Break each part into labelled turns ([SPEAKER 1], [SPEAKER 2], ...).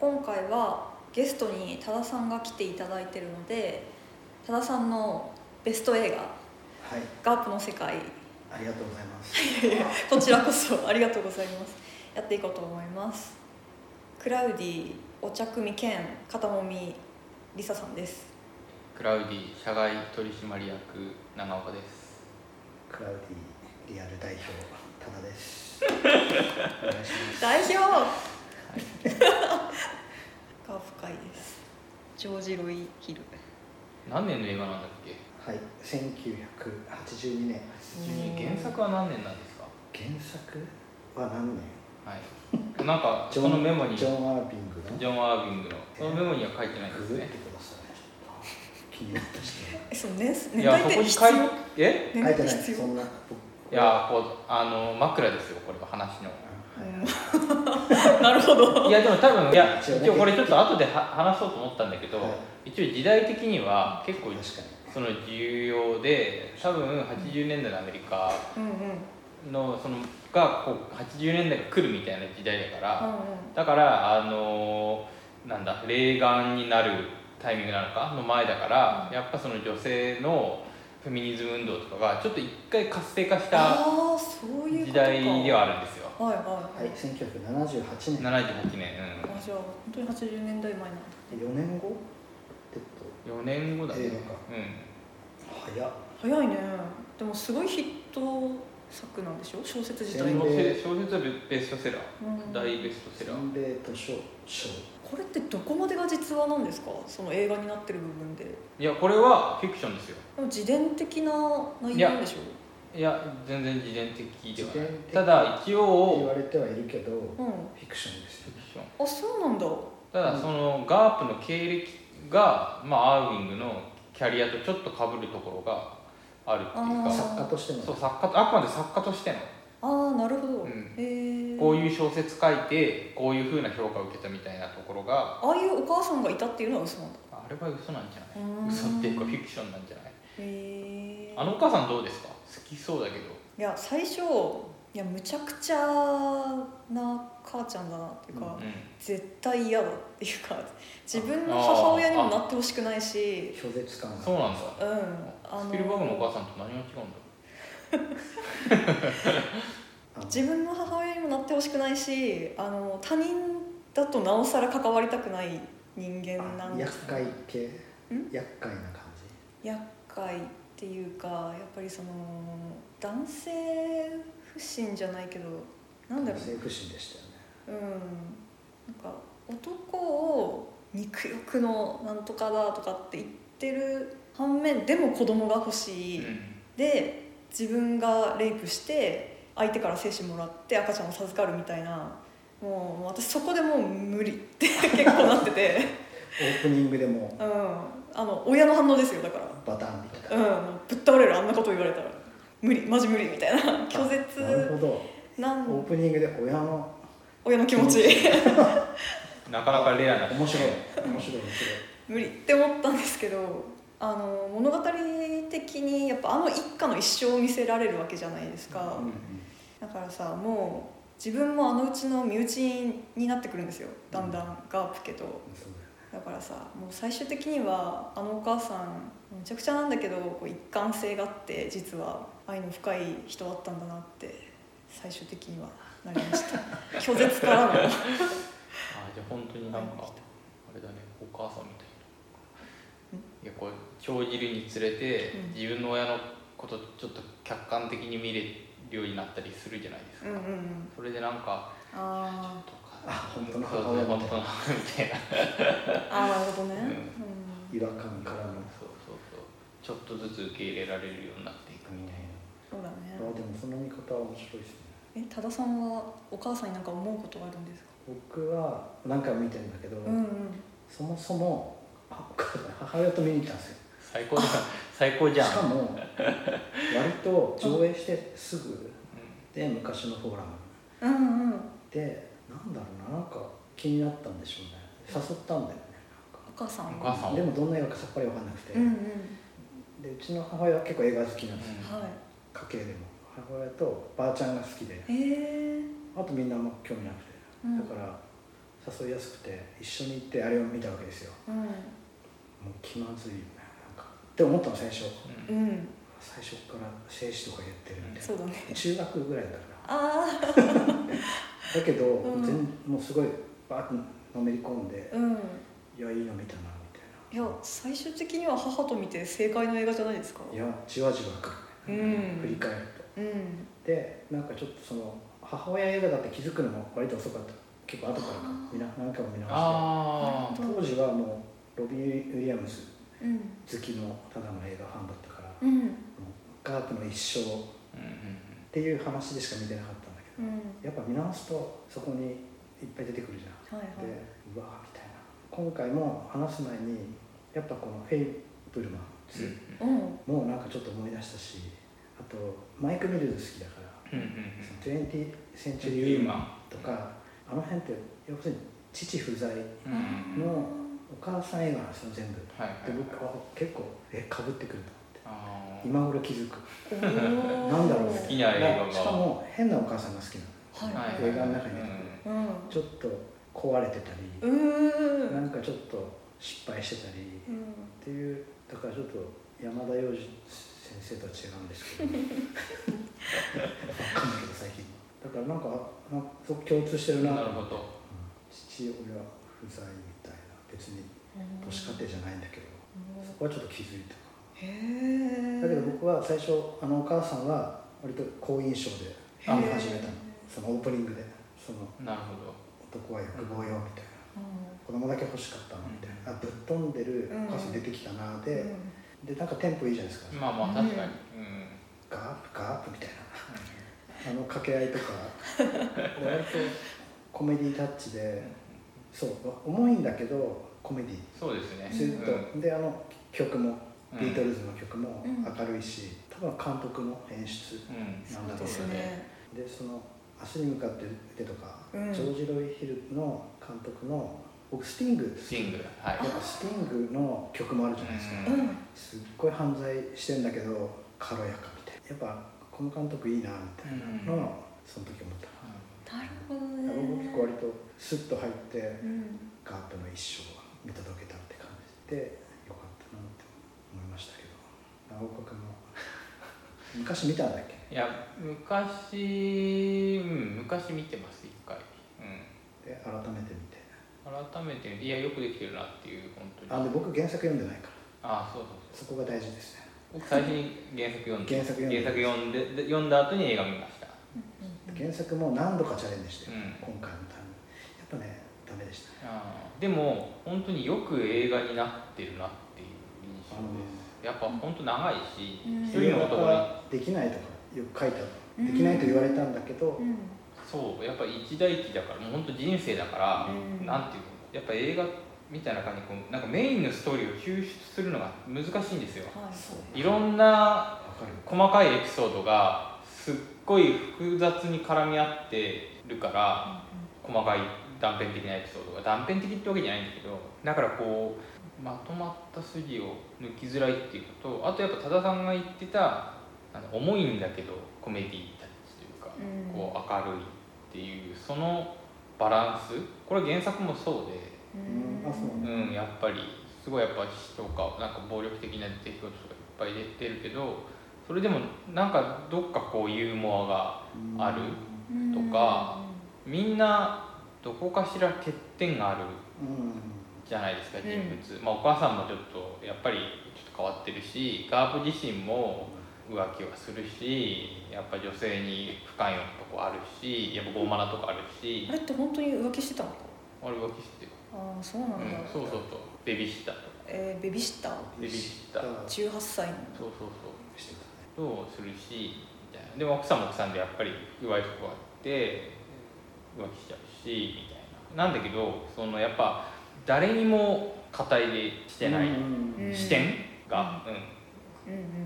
[SPEAKER 1] 今回はゲストに多田さんが来ていただいてるので多田さんのベスト映画
[SPEAKER 2] はい、
[SPEAKER 1] ガープの世 界
[SPEAKER 2] ありがとうございます。
[SPEAKER 1] こちらこそありがとうございますやっていこうと思いますクラウディお茶組兼片もみりささんです
[SPEAKER 3] クラウディ社外取締役長岡です
[SPEAKER 2] クラウディリアル代表タナです。お願いします。
[SPEAKER 1] 代表、が深いですジョージ・ロイ・ヒル
[SPEAKER 3] 何年の映画なんだっけ
[SPEAKER 2] はい、1982年。
[SPEAKER 1] うん
[SPEAKER 3] 原作は何年なんですか
[SPEAKER 2] 原作は何年？
[SPEAKER 3] はいなんかそのメモに
[SPEAKER 2] ジ
[SPEAKER 3] ジ
[SPEAKER 2] ョ
[SPEAKER 3] ョン・
[SPEAKER 2] ン・アービングの。
[SPEAKER 3] アービングのそのメモには書いてないで
[SPEAKER 2] グ
[SPEAKER 3] す
[SPEAKER 2] グって
[SPEAKER 3] ね
[SPEAKER 2] ください。ちょっと気になってして。
[SPEAKER 1] えその年
[SPEAKER 3] い
[SPEAKER 1] 年
[SPEAKER 3] や
[SPEAKER 1] 代
[SPEAKER 3] そ
[SPEAKER 1] って
[SPEAKER 3] こに
[SPEAKER 1] 必
[SPEAKER 3] 書い
[SPEAKER 1] 要
[SPEAKER 3] え
[SPEAKER 1] 年
[SPEAKER 2] 書い
[SPEAKER 1] 代って
[SPEAKER 2] ない。
[SPEAKER 1] 必
[SPEAKER 2] そ
[SPEAKER 1] 要
[SPEAKER 2] んな。
[SPEAKER 3] いやこうあの枕ですよこれは話の
[SPEAKER 1] うんなるほど
[SPEAKER 3] いやでも多分いや
[SPEAKER 2] 一応ね
[SPEAKER 3] 一応これちょっと後では話そうと思ったんだけど、
[SPEAKER 2] は
[SPEAKER 3] 一応時代的には結構
[SPEAKER 2] 僕確か
[SPEAKER 3] その重要で多分80年代のアメリカ
[SPEAKER 1] うんうんうんうん
[SPEAKER 3] のそのがこう80年代が来るみたいな時代だから、だからあのーなんだ霊眼になるタイミングなのかの前だから、やっぱその女性のフェミニズム運動とかがちょっと一回活性化した
[SPEAKER 1] ああそういうこ
[SPEAKER 3] 時
[SPEAKER 1] とか
[SPEAKER 3] 代ではあるんですよ
[SPEAKER 1] はいはい
[SPEAKER 2] に。はい、1978年。
[SPEAKER 3] 78年、
[SPEAKER 1] あじゃあ本当に80年代前なんだ
[SPEAKER 2] 4年後。えっと
[SPEAKER 3] うん、4年後だね、
[SPEAKER 2] 映
[SPEAKER 3] うん
[SPEAKER 2] 画か、早っ。
[SPEAKER 1] 早いねでもすごいヒット作なんでしょ小説自体
[SPEAKER 2] 全
[SPEAKER 1] が
[SPEAKER 2] 米
[SPEAKER 3] 小説はベベストセラー
[SPEAKER 1] うん
[SPEAKER 3] 大ベストセラー
[SPEAKER 2] 全米図書賞。
[SPEAKER 1] これってどこまでが実話なんですかその映画になってる部分で
[SPEAKER 3] いやこれはフィクションですよ
[SPEAKER 1] でも自伝的な内容なんでしょ
[SPEAKER 3] いや全然自伝的ではない
[SPEAKER 2] 自伝的
[SPEAKER 3] ただ一
[SPEAKER 2] 言
[SPEAKER 3] 応
[SPEAKER 2] われてはいるけど、
[SPEAKER 1] う
[SPEAKER 2] フ
[SPEAKER 1] ん
[SPEAKER 2] ィクションです
[SPEAKER 3] フ
[SPEAKER 2] よ
[SPEAKER 3] ィ
[SPEAKER 2] ね。
[SPEAKER 3] クション
[SPEAKER 1] あそうなんだ
[SPEAKER 3] ただそのガープの経歴が、まあ、アーウィングのキャリアとちょっとかぶるところがあるっていう
[SPEAKER 1] あ
[SPEAKER 3] か
[SPEAKER 1] ー
[SPEAKER 2] 作家としての。
[SPEAKER 3] そう作家とあくまで作家としての
[SPEAKER 1] ああなるほど、
[SPEAKER 3] うん
[SPEAKER 1] へえ
[SPEAKER 3] こういう小説書いてこういうふうな評価を受けたみたいなところが
[SPEAKER 1] ああいうお母さんがいたっていうのは嘘なんだ
[SPEAKER 3] あれは嘘なんじゃ
[SPEAKER 1] う
[SPEAKER 3] な
[SPEAKER 1] ーん
[SPEAKER 3] い嘘っていうかフィクションなんじゃない
[SPEAKER 1] へえ
[SPEAKER 3] あのお母さんどうですか好きそうだけど
[SPEAKER 1] いや最初いやむちゃくちゃな母ちゃんだなっていうか、
[SPEAKER 3] うん
[SPEAKER 1] 絶対嫌だっていう か自分の母親にもなってほしくないし
[SPEAKER 2] 拒絶感が
[SPEAKER 3] そうなんだ
[SPEAKER 1] うんあ
[SPEAKER 3] スピルバーグのお
[SPEAKER 1] の
[SPEAKER 3] 母さんと何が違うんだろ
[SPEAKER 2] あの
[SPEAKER 1] 自分の母親にもなってほしくないしあの他人だとなおさら関わりたくない人間な
[SPEAKER 2] あ
[SPEAKER 1] んで
[SPEAKER 2] 厄
[SPEAKER 1] す
[SPEAKER 2] 介系
[SPEAKER 1] ん
[SPEAKER 2] 厄介な感じ
[SPEAKER 1] 厄介っていうかやっぱりその男性不信じゃないけどなんだろう
[SPEAKER 2] 性不信でしたよね
[SPEAKER 1] うんなんか男を肉欲のなんとかだとかって言ってる反面でも子供が欲しい、
[SPEAKER 3] う、
[SPEAKER 1] で自分がレイプして相手から精子もらって赤ちゃんを授かるみたいなもうもう私そこでもう無理って 結構なってて、
[SPEAKER 2] オープニングでも
[SPEAKER 1] うん、あの親の反応ですよだから、
[SPEAKER 2] バタンみたい
[SPEAKER 1] うん、もうぶっ倒れるあんなこと言われたら無理マジ無理みたいな拒
[SPEAKER 2] ななる
[SPEAKER 1] 絶
[SPEAKER 2] ほど
[SPEAKER 1] なん
[SPEAKER 2] オープニングで親の
[SPEAKER 1] 親の気持ち
[SPEAKER 3] ん、なかなかレアな
[SPEAKER 2] 面白い面白い面白い
[SPEAKER 1] 無理って思ったんですけどあの物語的にやっぱあの一家の一生を見せられるわけじゃないですか。
[SPEAKER 2] うんうん
[SPEAKER 1] だからさもう自分もあのうちの身内になってくるんですよだんだんガープけど
[SPEAKER 2] そうだよ
[SPEAKER 1] だからさもう最終的にはあのお母さんめちゃくちゃなんだけどこう一貫性があって実は愛の深い人だったんだなって最終的にはなりま した拒絶からの
[SPEAKER 3] あじゃあ本当になんかあれだねお母さんみたいないやこれ長じるにつれて、
[SPEAKER 1] うん
[SPEAKER 3] 自分の親のことちょっと客観的に見れるようになったりするじゃないで
[SPEAKER 1] う
[SPEAKER 3] すか、
[SPEAKER 1] んうんうん
[SPEAKER 3] それでなんか
[SPEAKER 1] あ
[SPEAKER 3] とか
[SPEAKER 2] あ本当の
[SPEAKER 3] そう
[SPEAKER 2] 母
[SPEAKER 3] そう
[SPEAKER 2] 親
[SPEAKER 3] 本当
[SPEAKER 2] みたい
[SPEAKER 3] の
[SPEAKER 2] な
[SPEAKER 3] 母親みたいな
[SPEAKER 1] ーあーなるほどね、
[SPEAKER 2] 違和感からの
[SPEAKER 3] そうそうそうちょっとずつ受け入れられるようになっていくみたいな、
[SPEAKER 1] うん、そうだね
[SPEAKER 2] あでもその見方は面白いですね
[SPEAKER 1] え多田さんはお母さんになんか思うことがあるんですか、
[SPEAKER 2] 僕は何回も見てるんだけど
[SPEAKER 1] うんうん
[SPEAKER 2] そもそもあお母さん母親と見に行ったんですよ
[SPEAKER 3] 最高じゃん最高じ
[SPEAKER 2] し
[SPEAKER 3] ゃん、
[SPEAKER 2] か
[SPEAKER 3] うん
[SPEAKER 2] も割と上映してすぐで昔のフォーラム
[SPEAKER 1] うんうん
[SPEAKER 2] でなんだろうななんか気になったんでしょうね誘ったんだよね
[SPEAKER 1] お母さん
[SPEAKER 3] お
[SPEAKER 1] は
[SPEAKER 3] 母さんを
[SPEAKER 2] でもどんな映画かさっぱり分かんなくて、
[SPEAKER 1] うんうん
[SPEAKER 2] でうちの母親は結構映画好きなんですよ、
[SPEAKER 3] うん
[SPEAKER 1] はい
[SPEAKER 2] 家系でも母親とばあちゃんが好きで
[SPEAKER 1] えー
[SPEAKER 2] あとみんなあんま興味なくて、
[SPEAKER 1] うん
[SPEAKER 2] だから誘いやすくて一緒に行ってあれを見たわけですよ
[SPEAKER 1] うん
[SPEAKER 2] もう気まずいななんかって思ったの最初
[SPEAKER 3] うん
[SPEAKER 1] うん
[SPEAKER 2] 最初から精子とか言ってるみたい
[SPEAKER 1] そうだね
[SPEAKER 2] な中学ぐらいだから
[SPEAKER 1] あ
[SPEAKER 2] だけど、
[SPEAKER 1] うん
[SPEAKER 2] 全もうすごいバーッとのめり込んで
[SPEAKER 1] あうん
[SPEAKER 2] いやいいの見たなみた
[SPEAKER 1] い
[SPEAKER 2] いな
[SPEAKER 1] や最終的には母と見て正解の映画じゃないですか
[SPEAKER 2] いやじわじわく
[SPEAKER 1] う
[SPEAKER 2] る、
[SPEAKER 1] ん
[SPEAKER 2] 振り返ると
[SPEAKER 1] うん
[SPEAKER 2] でなんかちょっとその母親映画だって気づくのも割と遅かった結構後からか
[SPEAKER 1] あー
[SPEAKER 2] みな何回も見直
[SPEAKER 3] あ
[SPEAKER 1] あ
[SPEAKER 2] して当時はもうロビン・ウィリアムス
[SPEAKER 1] うん
[SPEAKER 2] 好きのただの映画ファンだったから、もう
[SPEAKER 1] うん
[SPEAKER 2] ガープの一生っ
[SPEAKER 3] あうん
[SPEAKER 2] ていう話でしか見てなかったんだ
[SPEAKER 1] う
[SPEAKER 2] け
[SPEAKER 1] ん
[SPEAKER 2] ど、やっぱ見直すとそこにいっぱい出てくるじゃん
[SPEAKER 1] はいはい
[SPEAKER 2] でうわーみたいな今回も話す前にやっぱこの「フェイブルマン
[SPEAKER 3] うん
[SPEAKER 2] 2
[SPEAKER 1] うん」
[SPEAKER 2] もなんかちょっと思い出したしあとマイク・ミルズ好きだから
[SPEAKER 3] うんうんう
[SPEAKER 2] 「
[SPEAKER 3] ん
[SPEAKER 2] その20th センチュリー・ウーマン」とかあの辺って要するに父不在お
[SPEAKER 3] うんうん
[SPEAKER 2] の母さん映画なんですよ全部で
[SPEAKER 3] はいはいはい
[SPEAKER 2] 僕は結構えかぶってくると
[SPEAKER 3] あー
[SPEAKER 2] 思って今頃気づく
[SPEAKER 1] おー
[SPEAKER 2] なんだろう
[SPEAKER 1] は
[SPEAKER 2] ね
[SPEAKER 3] 好きな映画が
[SPEAKER 2] しかも変なお母さんが好きなの
[SPEAKER 1] い
[SPEAKER 3] はいはい
[SPEAKER 2] 映画の中に出てく
[SPEAKER 1] うん
[SPEAKER 2] ちょっと壊れてたり
[SPEAKER 1] うー
[SPEAKER 2] なんんかちょっと失敗してたり
[SPEAKER 1] うん
[SPEAKER 2] っていうだからちょっと山田洋次先生とは違うんですけどわかんないけど最近だからなんかなんかそこ共通してるな
[SPEAKER 3] なるほど
[SPEAKER 2] うん父親不在みたいな別に母子家庭じゃないんだけど、
[SPEAKER 1] うん
[SPEAKER 2] そこはちょっと気づいたか
[SPEAKER 1] へえ
[SPEAKER 2] なだけど僕は最初あのお母さんは割と好印象で
[SPEAKER 3] あ
[SPEAKER 2] 見始めたのそのオープニングでその
[SPEAKER 3] なるほど
[SPEAKER 2] 男は欲望よみたいな
[SPEAKER 1] う
[SPEAKER 2] 子供だけ欲しかったのみたいなあぶっ飛んでるお母さん出てきたなで、
[SPEAKER 1] ん
[SPEAKER 2] でなんかテンポいいじゃないですか、
[SPEAKER 3] まあまあ確かにうん
[SPEAKER 2] ガープガープみたいなあの掛け合いとか割とコメディタッチでそう重いんだけどコメディ
[SPEAKER 3] そうですね
[SPEAKER 2] ずっと、
[SPEAKER 3] うん
[SPEAKER 2] であの曲も
[SPEAKER 3] うん
[SPEAKER 2] ビートルズの曲も
[SPEAKER 1] うん
[SPEAKER 2] 明るいし、多分監督の演出
[SPEAKER 3] うん
[SPEAKER 2] なん
[SPEAKER 1] そ
[SPEAKER 2] だ
[SPEAKER 1] う
[SPEAKER 2] ろうね
[SPEAKER 1] ですね
[SPEAKER 2] でその「足に向かって腕」とか、
[SPEAKER 1] うん
[SPEAKER 2] ジョージ・ロイ・ヒルの監督の僕スティング
[SPEAKER 3] シングルはい
[SPEAKER 2] やっぱスティングの曲もあるじゃないですか、
[SPEAKER 1] うん
[SPEAKER 2] すっごい犯罪してんだけど軽やかみたいなやっぱこの監督いいなみたいなのをその時思ったな、
[SPEAKER 1] なるほど
[SPEAKER 2] だから僕結構割
[SPEAKER 1] ね
[SPEAKER 2] とスッと入って
[SPEAKER 1] うん
[SPEAKER 2] ガープの一生は見届けたって感じでよかったなって思いましたけど長岡君も 昔見たんだっけ
[SPEAKER 3] いや昔うん昔見てます一回う
[SPEAKER 2] で改めて見て
[SPEAKER 3] ん改めていやよくできてるなっていう本当
[SPEAKER 2] あ
[SPEAKER 3] に
[SPEAKER 2] で僕原作読んでないから
[SPEAKER 3] あそうそうそう
[SPEAKER 2] そこが大事ですね
[SPEAKER 3] 僕最初に原作読んで
[SPEAKER 2] 原作読んで
[SPEAKER 3] 原作読んでで読んだ後に映画見ました
[SPEAKER 2] 原作も何度かチャレンジして、
[SPEAKER 3] うん
[SPEAKER 2] 今回のためにやっぱねダメでしたね
[SPEAKER 3] あーでも本当によく映画になってるなっていう印象ですやっぱ本当長いし
[SPEAKER 1] うん
[SPEAKER 3] 一
[SPEAKER 2] 映
[SPEAKER 3] 人の
[SPEAKER 2] 画
[SPEAKER 3] 男に
[SPEAKER 2] 化できないとかよく書いてあ
[SPEAKER 1] うん
[SPEAKER 2] るできないと言われたんだけど、
[SPEAKER 1] うん
[SPEAKER 3] そうやっぱ一大期だからもう本当人生だから、
[SPEAKER 1] うん
[SPEAKER 3] なんていうのやっぱ映画みたいな感じでこうなんかメインのストーリーを抽出するのが難しいんですよ
[SPEAKER 1] はい
[SPEAKER 3] いろんな
[SPEAKER 2] わかる
[SPEAKER 3] 細かいエピソードがすっごい複雑に絡み合ってるから細かい断片的なエピソードが断片的ってわけじゃないんだけどだからこうまとまった筋を抜きづらいっていうことあとやっぱ多田さんが言ってたあの重いんだけどコメディタッチというか、
[SPEAKER 1] うん
[SPEAKER 3] こう明るいっていうそのバランスこれ原作もそうで。
[SPEAKER 1] うん
[SPEAKER 2] あそうなんだ
[SPEAKER 3] うん、やっぱりすごいやっぱ死とかなんか暴力的な出来事とかいっぱい出てるけどそれでもなんかどっかこうユーモアがある
[SPEAKER 1] うん
[SPEAKER 3] とかみんなどこかしら欠点がある
[SPEAKER 2] うん
[SPEAKER 3] じゃないですか
[SPEAKER 1] うん
[SPEAKER 3] 人物、まあお母さんもちょっとやっぱりちょっと変わってるしガープ自身も浮気はするしやっぱ女性に不寛容なとこあるしやっぱ傲慢なとこあるし
[SPEAKER 1] あれって本当に浮気してたの
[SPEAKER 3] あれ浮気してる、
[SPEAKER 1] ああそうな
[SPEAKER 3] うん
[SPEAKER 1] だ
[SPEAKER 3] ん、そうそうそうベビーシッターとか
[SPEAKER 1] えーベビーシッター
[SPEAKER 3] ベビーシッター
[SPEAKER 2] し
[SPEAKER 1] 18歳の
[SPEAKER 3] そうそうそう
[SPEAKER 2] てたね
[SPEAKER 3] をするしみたいなでも奥さんも奥さんでやっぱり弱いとこがあって浮気しちゃうしみたいななんだけどそのやっぱ誰にも肩入れしてない
[SPEAKER 2] うん
[SPEAKER 3] 視点が、うん
[SPEAKER 1] うんうん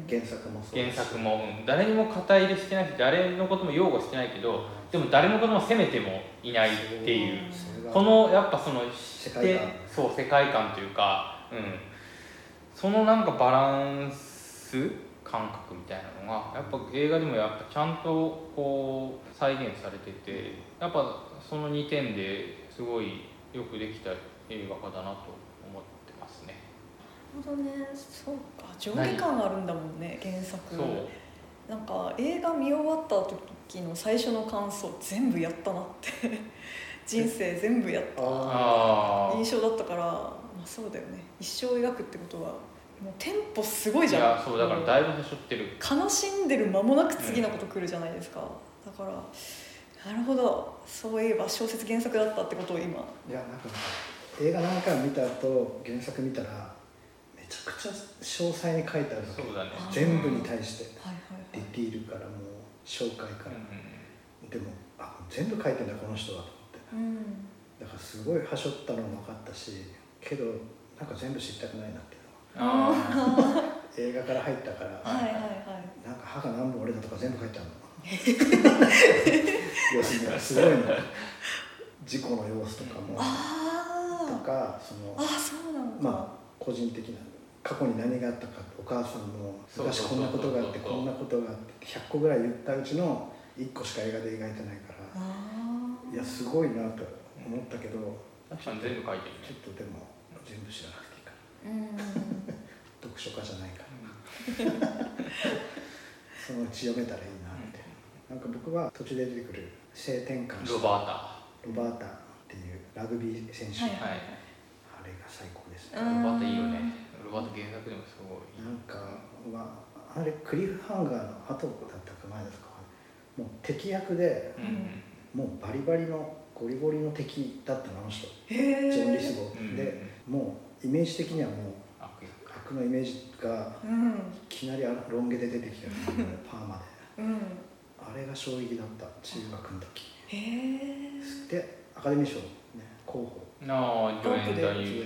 [SPEAKER 2] 原作もそう
[SPEAKER 3] 原
[SPEAKER 2] だし
[SPEAKER 3] 作も、うん誰にも肩入れしてないし誰のことも擁護してないけどでも誰のことも責めてもいないっていう
[SPEAKER 2] それが
[SPEAKER 3] このやっぱその
[SPEAKER 2] 世界観
[SPEAKER 3] そう世界観というか、うん、そのなんかバランス感覚みたいなのがやっぱ映画でもやっぱちゃんとこう再現されててやっぱその2点ですごいよくできた映画化だなと思ってますね
[SPEAKER 1] なるほどねそうか上下感あるんだもんね原作
[SPEAKER 3] そう
[SPEAKER 1] なんか映画見終わった時の最初の感想全部やったなって人生全部やっ
[SPEAKER 3] あ
[SPEAKER 1] た
[SPEAKER 3] あ
[SPEAKER 1] 印象だったから、まあ、そうだよね一生描くってことはもうテンポすごい
[SPEAKER 3] い
[SPEAKER 1] じゃ
[SPEAKER 3] や
[SPEAKER 1] ん
[SPEAKER 3] そうだからだいぶはしょってる
[SPEAKER 1] 悲しんでる間もなく次のこと来るじゃないですか、だからなるほどそういえば小説原作だったってことを今
[SPEAKER 2] いやなんか映画何回も見た後原作見たらめちゃくちゃ詳細に書いてあるわけ
[SPEAKER 3] そうだね
[SPEAKER 2] 全部に対して
[SPEAKER 1] はい
[SPEAKER 2] ディティールからもう紹介から、
[SPEAKER 3] うん
[SPEAKER 2] でもあ全部書いてんだこの人はと
[SPEAKER 1] う
[SPEAKER 2] 思って
[SPEAKER 1] ん
[SPEAKER 2] だからすごいはしょったのも分かったしけどなんか全部知りたくないなっていう
[SPEAKER 3] ああ
[SPEAKER 2] のは映画から入ったから、
[SPEAKER 1] はいはいはい
[SPEAKER 2] なんか歯が何本折れたとか全部書いてあるの 要するにすごいの事故の様子とかも
[SPEAKER 1] あ
[SPEAKER 2] と
[SPEAKER 1] ー
[SPEAKER 2] かその
[SPEAKER 1] あーそうなのか、
[SPEAKER 2] まあ個人的な過去に何があったかお母さんの
[SPEAKER 3] そう
[SPEAKER 2] 昔
[SPEAKER 3] そう
[SPEAKER 2] こんなことがあって
[SPEAKER 3] そうそう
[SPEAKER 2] こんなことがあって100個ぐらい言ったうちの1個しか映画で描いてないから
[SPEAKER 1] あー
[SPEAKER 2] いやすごいなと思ったけど
[SPEAKER 3] 確かに全部書いて
[SPEAKER 2] ちょっとでも全部知らなくていいから
[SPEAKER 1] うん
[SPEAKER 2] 読書家じゃないから
[SPEAKER 3] るね
[SPEAKER 2] そのうち読めたらいいなってなんか僕は途中で出てくる性転換
[SPEAKER 3] ロ
[SPEAKER 2] した
[SPEAKER 3] バータ
[SPEAKER 2] ロバータっていうラグビー選手、
[SPEAKER 1] はい
[SPEAKER 2] あ
[SPEAKER 3] はい
[SPEAKER 2] れが最高ですね、
[SPEAKER 1] う
[SPEAKER 3] ロ
[SPEAKER 1] ん
[SPEAKER 3] バータいいよねロバータ原作でもすごい
[SPEAKER 2] なんかはあれクリフハンガーの後だったか前だったかもう敵役で
[SPEAKER 3] うんうん
[SPEAKER 2] もうバリバリのゴリゴリの敵だったのあの人
[SPEAKER 1] へえ
[SPEAKER 2] ジョン・リスボ
[SPEAKER 3] う
[SPEAKER 2] ー
[SPEAKER 3] ん
[SPEAKER 2] でもうイメージ的にはもう
[SPEAKER 3] 悪役
[SPEAKER 2] 悪のイメージが
[SPEAKER 1] うん
[SPEAKER 2] いきなりあのロン毛で出てきたよねパーマで
[SPEAKER 1] うん
[SPEAKER 2] あれが衝撃だった中学の時
[SPEAKER 1] へえ
[SPEAKER 2] でアカデミー賞、ね、候補
[SPEAKER 3] ああ助演男優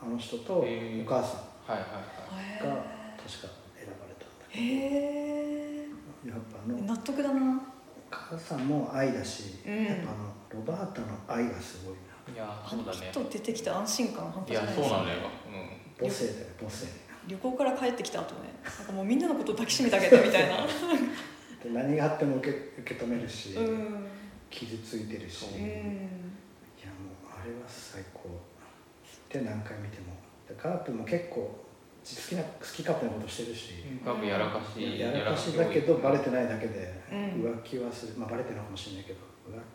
[SPEAKER 3] 賞
[SPEAKER 2] あの人とお
[SPEAKER 3] へー
[SPEAKER 2] 母さん
[SPEAKER 3] はいはい
[SPEAKER 2] が確か選ばれたんだ
[SPEAKER 1] へ
[SPEAKER 2] け
[SPEAKER 1] え
[SPEAKER 2] どやっぱあの
[SPEAKER 1] 納得だな
[SPEAKER 2] お母さんも愛だし、
[SPEAKER 1] うん
[SPEAKER 2] やっぱあのロバータの愛がすごいな
[SPEAKER 3] はいいや
[SPEAKER 1] あ
[SPEAKER 3] そう
[SPEAKER 1] の
[SPEAKER 3] だ
[SPEAKER 1] き
[SPEAKER 3] ね
[SPEAKER 1] っと出てきた安心感半端
[SPEAKER 3] い
[SPEAKER 1] じゃ
[SPEAKER 3] や
[SPEAKER 1] ない
[SPEAKER 3] そ
[SPEAKER 1] で
[SPEAKER 3] う
[SPEAKER 1] す
[SPEAKER 3] な
[SPEAKER 1] か
[SPEAKER 3] んだよ
[SPEAKER 2] 母性だよ母性
[SPEAKER 1] 旅行から帰ってきた後ねなんかもうみんなのこと抱きしめてあげたみたい な
[SPEAKER 2] で何があっても受け受け止めるし、
[SPEAKER 1] うん
[SPEAKER 2] 傷ついてるし、
[SPEAKER 3] う
[SPEAKER 1] う
[SPEAKER 2] いやもうんあれは最高で何回見てもでカープも結構好きな好き勝手なことしてるし、
[SPEAKER 3] うん多分やらかし
[SPEAKER 2] やらかしだけどバレてないだけで
[SPEAKER 1] うん
[SPEAKER 2] 浮気はする、まあバレてるのかもしれないけど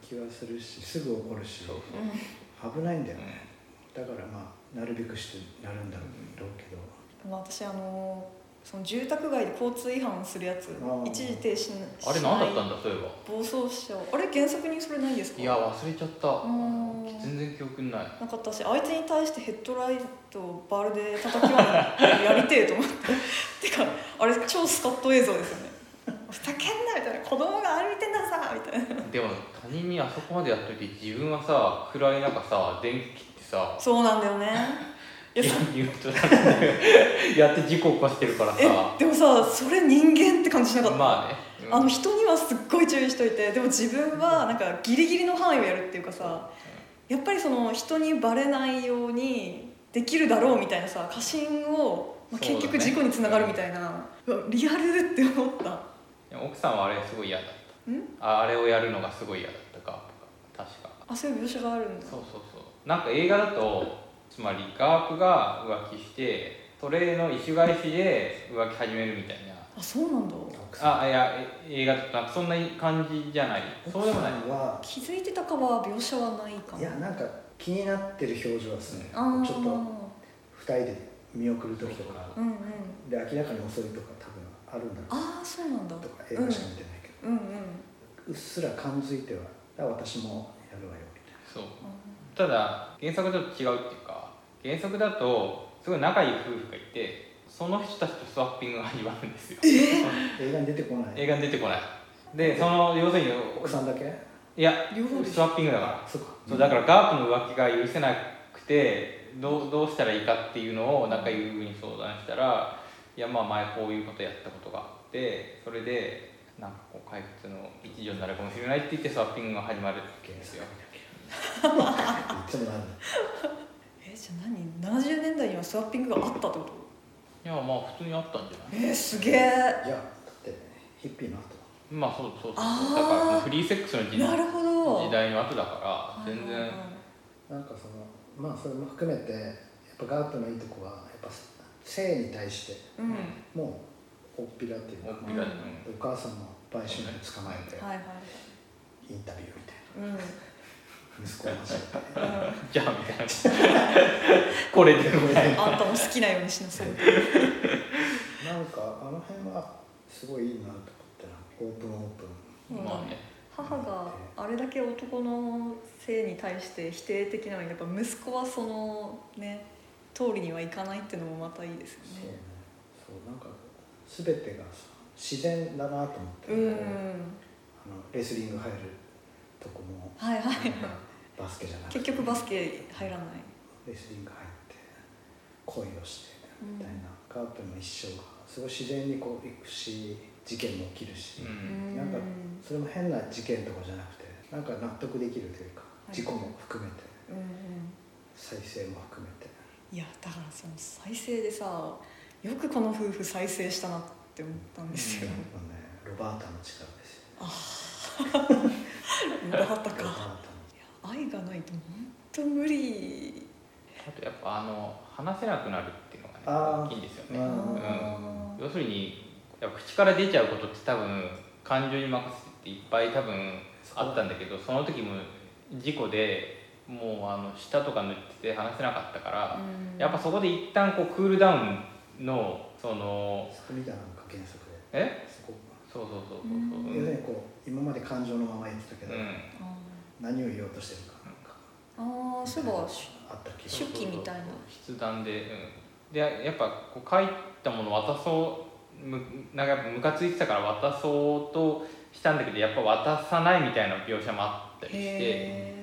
[SPEAKER 2] 浮気はするしすぐ怒るし
[SPEAKER 3] そう
[SPEAKER 1] う
[SPEAKER 3] そ
[SPEAKER 1] ん
[SPEAKER 2] 危ないんだよ
[SPEAKER 3] う
[SPEAKER 2] ね、
[SPEAKER 3] う
[SPEAKER 2] だからまあなるべくしてなるんだろうけど、
[SPEAKER 1] まあ、私あのその住宅街で交通違反するやつ
[SPEAKER 2] あー
[SPEAKER 1] 一時停止し
[SPEAKER 3] んあれ何だった
[SPEAKER 1] なんい
[SPEAKER 3] だそういえば
[SPEAKER 1] 暴走車あれ原作にそれないですか
[SPEAKER 3] いや忘れちゃった
[SPEAKER 1] うん
[SPEAKER 3] 全然記憶にない
[SPEAKER 1] なかったし相手に対してヘッドライトをバールで叩き割るのやりてえと思って てかあれ超スカット映像ですよねふざけんなみたいな子供が歩いてんださみたいな
[SPEAKER 3] でも他人にあそこまでやっといて自分はさ暗い中さ電気切ってさ
[SPEAKER 1] そうなんだよねいやさ
[SPEAKER 3] 言うとなんでやって事故起こしてるからさ
[SPEAKER 1] えでもさそれ人間って感じしなかった、
[SPEAKER 3] まあねうん
[SPEAKER 1] あの人にはすっごい注意しといてでも自分はなんかギリギリの範囲をやるっていうかさやっぱりその人にバレないようにできるだろうみたいなさ過信を、まあ、
[SPEAKER 3] そうだね
[SPEAKER 1] 結局事故につながるみたいな、うわリアルって思った
[SPEAKER 3] でも奥さんはあれすごい嫌だっ
[SPEAKER 1] ん
[SPEAKER 3] たああれをやるのがすごい嫌だったか確か
[SPEAKER 1] あそういう描写があるんだ
[SPEAKER 3] そうそうそうなんか映画だとつまりガープが浮気してそれの意趣返しで浮気始めるみたいな
[SPEAKER 1] あそうなんだ
[SPEAKER 2] 奥さん
[SPEAKER 3] あいやえ映画だとなんかそんな感じじゃないそうでもない
[SPEAKER 2] 奥さんは
[SPEAKER 1] 気づいてたかは描写はないか
[SPEAKER 2] い
[SPEAKER 1] な
[SPEAKER 2] やなんか気になってる表情ですね、
[SPEAKER 1] あー
[SPEAKER 2] ちょっと2人で見送る時とか
[SPEAKER 1] うんうん
[SPEAKER 2] で明らかに遅いとか多分あるんだろ
[SPEAKER 1] ああそうなんだ
[SPEAKER 2] うとか映画しか見てないけ
[SPEAKER 1] う
[SPEAKER 2] ど、
[SPEAKER 1] んうん
[SPEAKER 2] うっすら感づいてはあ私もやるわよみたいな
[SPEAKER 3] そうただ原作とちょっと違うっていうか原作だとすごい仲いい夫婦がいてその人たちとスワッピングが始まるんですよ
[SPEAKER 2] 映画に出てこない
[SPEAKER 3] 映画に出てこないでその要するに
[SPEAKER 2] 奥さんだけ
[SPEAKER 3] いや
[SPEAKER 1] 両方でしょ
[SPEAKER 3] スワッピングだから
[SPEAKER 2] そうか
[SPEAKER 3] そうだからガープの浮気が許せなくてどうどうしたらいいかっていうのを仲いうに相談したらいやまあ前こういうことやったことがあってそれでなんかこう解決の一助になるかもしれないって言ってスワッピングが始まるわけですよ
[SPEAKER 2] いつもなる
[SPEAKER 1] えじゃあ何70年代にはスワッピングがあったってこと
[SPEAKER 3] いやまあ普通にあったんじゃない
[SPEAKER 1] えー、すげえ
[SPEAKER 2] いやだってヒッピーの後
[SPEAKER 3] まあそうそうそう
[SPEAKER 1] あー
[SPEAKER 3] だからもうフリーセックスの時
[SPEAKER 1] なるほど
[SPEAKER 3] 時代の後だから全
[SPEAKER 1] はいはいは
[SPEAKER 3] 然
[SPEAKER 1] い
[SPEAKER 2] なんかそのまあそれも含めてやっぱガープのいいとこはやっぱ性に対して
[SPEAKER 1] うん
[SPEAKER 3] うん
[SPEAKER 2] もうおっぴらっていうか、
[SPEAKER 3] 大きいからね
[SPEAKER 2] お母さんも売春婦捕まえて
[SPEAKER 1] はいはい
[SPEAKER 2] インタビューみたい
[SPEAKER 1] うん、うん、
[SPEAKER 2] な息子を走って
[SPEAKER 3] じゃあみたいなこれでも
[SPEAKER 1] あんたも好きなようにしなさい
[SPEAKER 2] なんかあの辺はすごいいいなと思ってなオープンオープン
[SPEAKER 3] まあね
[SPEAKER 1] 母があれだけ男の性に対して否定的なのにやっぱ息子はそのね通りにはいかないっていうのもまたいいですよ
[SPEAKER 2] そうね
[SPEAKER 1] ね
[SPEAKER 2] そうなんか全てがさ自然だなと思って、
[SPEAKER 1] うん
[SPEAKER 2] あのレスリング入るとこも
[SPEAKER 1] はいは
[SPEAKER 2] なん
[SPEAKER 1] い
[SPEAKER 2] かバスケじゃなくて
[SPEAKER 1] 結局バスケ入らない
[SPEAKER 2] レスリング入って恋をして
[SPEAKER 1] うん
[SPEAKER 2] みたいな、カープの一生がすごい自然にこういくし事件も起きるし、
[SPEAKER 3] う
[SPEAKER 1] うんん
[SPEAKER 2] なんかそれも変な事件とかじゃなくてなんか納得できるというか、
[SPEAKER 1] い
[SPEAKER 2] 事故も含めて
[SPEAKER 1] うんうん
[SPEAKER 2] 再生も含めて
[SPEAKER 1] いやだからその再生でさよくこの夫婦再生したなって思ったんですよ
[SPEAKER 2] やっぱねロバータの力ですよ
[SPEAKER 1] ロバータ
[SPEAKER 2] ロバー
[SPEAKER 1] か
[SPEAKER 2] タの
[SPEAKER 1] 愛がないと本当無理
[SPEAKER 3] あとやっぱあの話せなくなるっていうの
[SPEAKER 2] あ
[SPEAKER 3] が
[SPEAKER 2] ー
[SPEAKER 3] ね大きいんですよ
[SPEAKER 2] う
[SPEAKER 3] ね
[SPEAKER 2] ん
[SPEAKER 1] あー
[SPEAKER 3] 要するにやっぱ口から出ちゃうことって多分感情に任せていっぱい多分あったんだけどその時も事故でもうあの舌とか塗ってて話せなかったから、
[SPEAKER 1] うん
[SPEAKER 3] やっぱそこで一旦こうクールダウンのその
[SPEAKER 2] そこみたいなのが原則で
[SPEAKER 3] え
[SPEAKER 2] そこ
[SPEAKER 3] そうそうそうそうそう
[SPEAKER 1] う
[SPEAKER 2] 要
[SPEAKER 3] うん
[SPEAKER 2] するにこう今まで感情のまま言ってたけど、
[SPEAKER 3] うん
[SPEAKER 1] あ
[SPEAKER 2] 何を言おうとしてるかなんか
[SPEAKER 1] ーあーそういえば
[SPEAKER 2] あった気がす
[SPEAKER 1] 手
[SPEAKER 2] る
[SPEAKER 1] 記みたいな
[SPEAKER 3] 筆談で、うん、でやっぱこう書いたもの渡そうむなんかやっぱムカついてたから渡そうとしたんだけどやっぱ渡さないみたいな描写もあったりして
[SPEAKER 1] へ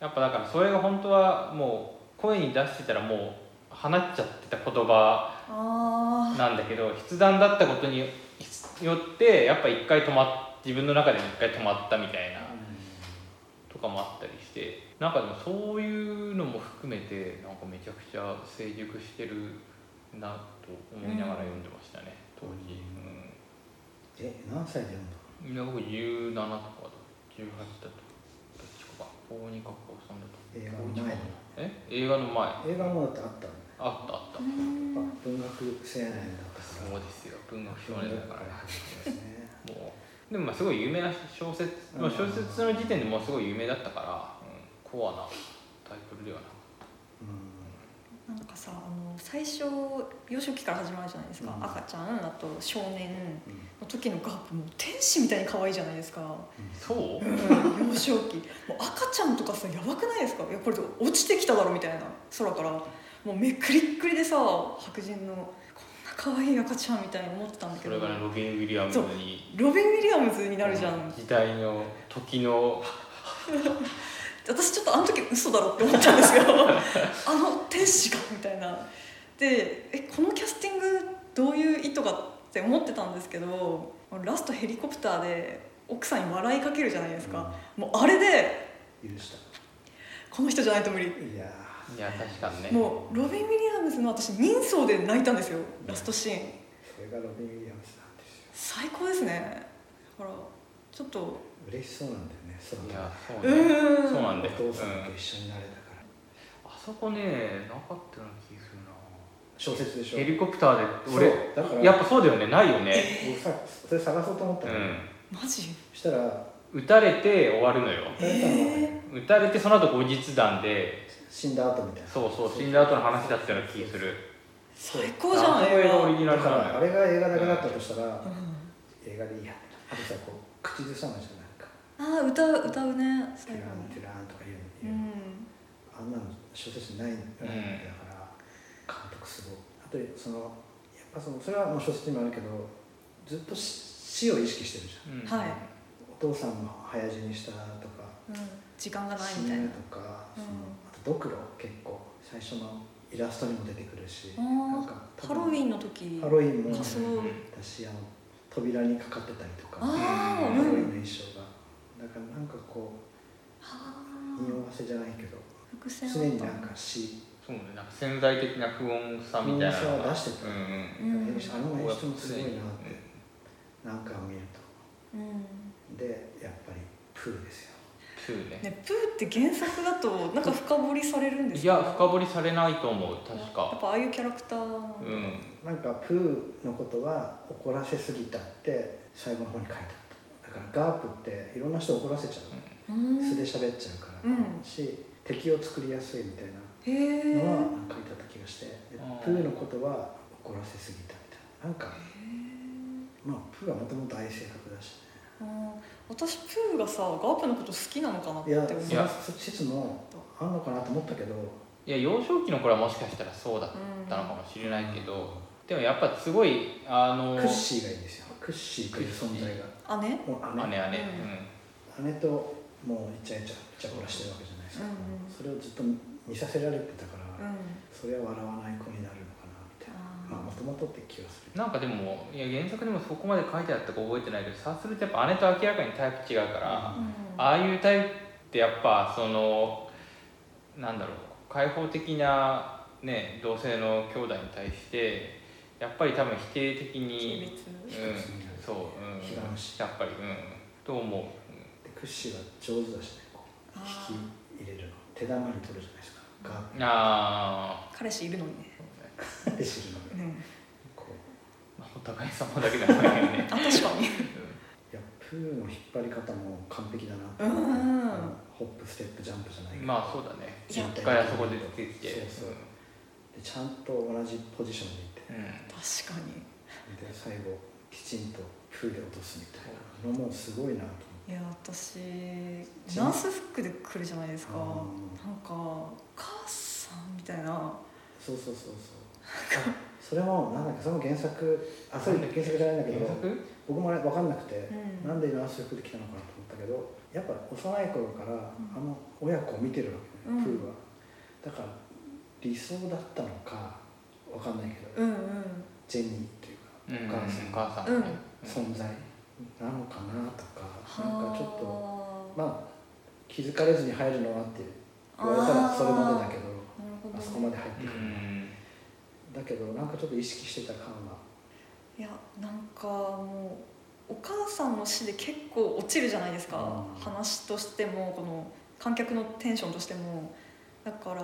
[SPEAKER 3] やっぱだからそれが本当はもう声に出してたらもう放っちゃってた言葉
[SPEAKER 1] ーあ
[SPEAKER 3] なんだけど筆談だったことによってやっぱ一回止まっ自分の中でも一回止まったみたいなとかもあったりしてなんかでもそういうのも含めてなんかめちゃくちゃ成熟してるなと思いながら読んでましたね、当時、
[SPEAKER 2] え何歳で読んだ
[SPEAKER 3] うん、みんな僕17とかだ18だとどっちかか高2か高3だと
[SPEAKER 2] 映画の前
[SPEAKER 3] え映画の前あっ
[SPEAKER 2] 映画もだってあったのね
[SPEAKER 3] たあった、
[SPEAKER 1] ーうーん
[SPEAKER 2] やっぱ文学青年だったから
[SPEAKER 3] そうですよ文学少年だから
[SPEAKER 2] ですね
[SPEAKER 3] もうでもまあすごい有名な小説、まあ、小説の時点でもうすごい有名だったから、うん、コアなタイトルではなかっ
[SPEAKER 2] うん
[SPEAKER 1] なんかさあの最初幼少期から始まるじゃないですか、
[SPEAKER 2] うん
[SPEAKER 1] 赤ちゃんあと少年
[SPEAKER 2] うんうん
[SPEAKER 1] の時のガープもう天使みたいに可愛いじゃないですか、
[SPEAKER 3] たそう
[SPEAKER 1] うん、幼少期もう赤ちゃんとかさやばくないですかいやこれ落ちてきただろみたいな空からもう目くりっくりでさ白人のこんな可愛い赤ちゃんみたいに思ってたんだけ
[SPEAKER 3] そ
[SPEAKER 1] ど
[SPEAKER 3] れがねロビン・ウィリアムズに
[SPEAKER 1] ロビン・ウィリアムズになるじゃん、
[SPEAKER 3] 時代の時の
[SPEAKER 1] 私ちょっとあの時嘘だろって思ったんですよ あの天使がみたいなでえこのキャスティングどういう意図かって思ってたんですけどラストヘリコプターで奥さんに笑いかけるじゃないですか、もうあれで
[SPEAKER 2] 許した
[SPEAKER 1] この人じゃないと無理
[SPEAKER 2] いや
[SPEAKER 3] いや確かにね
[SPEAKER 1] もうロビン・ウィリアムズの私人相で泣いたんですよラストシーン
[SPEAKER 2] ーそれがロビン・ウィリアムズなんですよ
[SPEAKER 1] 最高ですねだからちょっと
[SPEAKER 2] 嬉しそうなんだよねその
[SPEAKER 3] いやそう
[SPEAKER 1] う
[SPEAKER 3] ね
[SPEAKER 1] ーん
[SPEAKER 3] そうなんだ
[SPEAKER 2] お父
[SPEAKER 3] よ、う
[SPEAKER 2] さんと
[SPEAKER 3] ん
[SPEAKER 2] 一緒になれたから
[SPEAKER 3] あそこねなかったような気がするな
[SPEAKER 2] 小説でしょ
[SPEAKER 3] ヘリコプターで俺
[SPEAKER 2] そうだから
[SPEAKER 3] やっぱそうだよねないよね
[SPEAKER 2] 僕さそれ探そうと思った
[SPEAKER 3] う
[SPEAKER 2] の
[SPEAKER 3] ん
[SPEAKER 1] マジ
[SPEAKER 2] そしたら
[SPEAKER 3] 撃たれて終わるのよ
[SPEAKER 2] お母さんはね
[SPEAKER 3] 撃たれてその後後日談で
[SPEAKER 2] 死んだ後みたいな
[SPEAKER 3] そうそう死んだ後の話だったような気がする
[SPEAKER 1] 最高じゃん
[SPEAKER 3] あそこ
[SPEAKER 1] 映
[SPEAKER 3] 映
[SPEAKER 1] 画
[SPEAKER 3] 画オリジナ
[SPEAKER 2] だ
[SPEAKER 3] ルな
[SPEAKER 2] か
[SPEAKER 3] の
[SPEAKER 2] らあ
[SPEAKER 3] よ
[SPEAKER 2] れが映画だけだったとしたら、
[SPEAKER 1] うん
[SPEAKER 2] 映画でいいやあとさこう口ずさむじゃんなんか
[SPEAKER 1] ああ歌う歌うね
[SPEAKER 2] テ
[SPEAKER 1] 最
[SPEAKER 2] ュ
[SPEAKER 1] 後
[SPEAKER 2] ラン
[SPEAKER 1] に
[SPEAKER 2] テュランとか言う
[SPEAKER 1] う
[SPEAKER 2] のに、
[SPEAKER 1] ん
[SPEAKER 2] あんなの小説にないんだから、
[SPEAKER 3] うん
[SPEAKER 2] 監督すごいあとそのやっぱそのそれはもう小説にもあるけどずっと死死を意識してるじゃん
[SPEAKER 3] う
[SPEAKER 1] は
[SPEAKER 3] ん
[SPEAKER 1] い
[SPEAKER 2] お父さんも早死にしたとか
[SPEAKER 1] うん、時間がない
[SPEAKER 2] 死
[SPEAKER 1] みたいな
[SPEAKER 2] ぬとか、
[SPEAKER 1] うん
[SPEAKER 2] そのあとドクロ結構最初のイラストにも出てくるし、
[SPEAKER 1] あ
[SPEAKER 2] なんか
[SPEAKER 1] ーハロウィンの時
[SPEAKER 2] ハロウィンも
[SPEAKER 1] 仮装
[SPEAKER 2] 私あの扉にかかってたりとかハ
[SPEAKER 1] ああ
[SPEAKER 2] ロ
[SPEAKER 1] う
[SPEAKER 2] ウ
[SPEAKER 1] んは
[SPEAKER 2] ィンの衣装がだからなんかこう匂
[SPEAKER 1] あ
[SPEAKER 2] わせじゃないけど
[SPEAKER 1] 伏線
[SPEAKER 2] 常に
[SPEAKER 1] あ
[SPEAKER 2] な
[SPEAKER 1] った
[SPEAKER 2] んか死
[SPEAKER 3] そうねなんか潜在的な不穏さみたいなの
[SPEAKER 2] 不穏さ
[SPEAKER 3] が
[SPEAKER 2] を出してく
[SPEAKER 3] う
[SPEAKER 2] る
[SPEAKER 3] んうん
[SPEAKER 1] う
[SPEAKER 2] あ
[SPEAKER 1] ん
[SPEAKER 2] の人もすごいなって
[SPEAKER 3] うん
[SPEAKER 2] 何回も見る
[SPEAKER 1] うん
[SPEAKER 2] とでやっぱりプーですよ
[SPEAKER 3] プーね
[SPEAKER 1] ねプーって原作だとなんか深掘りされるんです
[SPEAKER 3] い
[SPEAKER 1] か
[SPEAKER 3] や深掘りされないと思う確
[SPEAKER 1] やっ
[SPEAKER 3] か
[SPEAKER 1] ぱああいうキャラクター、
[SPEAKER 3] うん
[SPEAKER 2] なんかプーのことは怒らせすぎたって最後の方に書いてあっただからガープっていろんな人を怒らせちゃ
[SPEAKER 1] う
[SPEAKER 2] う、
[SPEAKER 1] ん
[SPEAKER 2] 素で喋っちゃうから、
[SPEAKER 1] うん
[SPEAKER 2] し敵を作りやすいみたい
[SPEAKER 1] へ
[SPEAKER 2] なのは
[SPEAKER 1] え
[SPEAKER 2] 書いてあった気がして、で
[SPEAKER 3] あー
[SPEAKER 2] プーのことは怒らせすぎたみたいななんかまあプーはもともと愛性格だし
[SPEAKER 1] 私プーがさガープのこと好きなのかなって
[SPEAKER 2] ねいや
[SPEAKER 1] 思う
[SPEAKER 2] その説もあんのかなと思ったけど
[SPEAKER 3] いや幼少期の頃はもしかしたらそうだったのかもしれないけど、でもやっぱすごいあの
[SPEAKER 2] クッシーがいいんですよクッシーという存在が
[SPEAKER 1] 姉、
[SPEAKER 2] もう
[SPEAKER 3] 姉姉、うん
[SPEAKER 2] 姉ともうイチャイチャイチャコラしてるわけじゃないですか、
[SPEAKER 1] うんうん
[SPEAKER 2] それをずっと見させられてたから、
[SPEAKER 1] うん
[SPEAKER 2] それは笑わない子になるのかなみたい
[SPEAKER 1] あー
[SPEAKER 2] なまあもともとって気がする
[SPEAKER 3] なんかでもいや原作でもそこまで書いてあったか覚えてないけどサースルってやっぱ姉と明らかにタイプ違うから、
[SPEAKER 1] うん
[SPEAKER 3] ああいうタイプってやっぱそのなんだろう開放的な、ね、同性の兄弟に対してやっぱり多分否定的
[SPEAKER 1] 軽
[SPEAKER 3] に、
[SPEAKER 1] 蔑
[SPEAKER 3] うん、そう、
[SPEAKER 2] 批
[SPEAKER 3] う
[SPEAKER 2] 判
[SPEAKER 3] ん、
[SPEAKER 2] し
[SPEAKER 3] やっぱりうんと思う。
[SPEAKER 2] でクッシーは上手だしねこう
[SPEAKER 1] あー
[SPEAKER 2] 引き入れるの手玉に取るじゃないですかガー
[SPEAKER 3] うんあ
[SPEAKER 1] 彼氏いるのにね、
[SPEAKER 2] ッて知るの
[SPEAKER 1] う
[SPEAKER 2] で
[SPEAKER 1] ん、
[SPEAKER 2] こう
[SPEAKER 3] あお互い様だけじゃないよね
[SPEAKER 1] あ確か に
[SPEAKER 2] いやプーの引っ張り方も完璧だなって
[SPEAKER 1] うん
[SPEAKER 2] あのホップステップジャンプじゃないけど
[SPEAKER 3] まあそうだね
[SPEAKER 1] いや
[SPEAKER 3] 一回あそこで出てきて
[SPEAKER 2] そうそうでちゃんと同じポジションでいて
[SPEAKER 3] うんうん
[SPEAKER 1] 確かに
[SPEAKER 2] で最後きちんとプーで落とすみたいなのもすごいなと思って。
[SPEAKER 1] いや私ナースフックで来るじゃないですか
[SPEAKER 2] あ
[SPEAKER 1] なん
[SPEAKER 2] ー
[SPEAKER 1] かお母さんみたいな
[SPEAKER 2] そうそうそうそうあそれもなんだっけそれも原作あそれ原作じゃないんだけど
[SPEAKER 3] 原作
[SPEAKER 2] 僕もあれ分かんなくて、
[SPEAKER 1] うん
[SPEAKER 2] なんでナース服で来たのかなと思ったけどやっぱ幼い頃から、あの親子を見てるわけね、
[SPEAKER 1] うん
[SPEAKER 2] プーはだから理想だったのか分かんないけど、
[SPEAKER 1] うんうん
[SPEAKER 2] ジェニーって
[SPEAKER 3] う
[SPEAKER 2] い
[SPEAKER 3] ん
[SPEAKER 2] うか、お母さん
[SPEAKER 3] お
[SPEAKER 2] が
[SPEAKER 3] 母さんね
[SPEAKER 2] 存在なのかなとか、なんかちょっと
[SPEAKER 1] はあ
[SPEAKER 2] まあ気づかれずに入るのはって言われたらそれまでだけど
[SPEAKER 1] なるほど
[SPEAKER 2] あ
[SPEAKER 1] ね
[SPEAKER 2] そこまで入って
[SPEAKER 3] う
[SPEAKER 2] くる、
[SPEAKER 3] ん
[SPEAKER 2] だけどなんかちょっと意識してた感はい
[SPEAKER 1] やなんかもうお母さんの死で結構落ちるじゃないですか
[SPEAKER 2] うん
[SPEAKER 1] 話としてもこの観客のテンションとしてもだから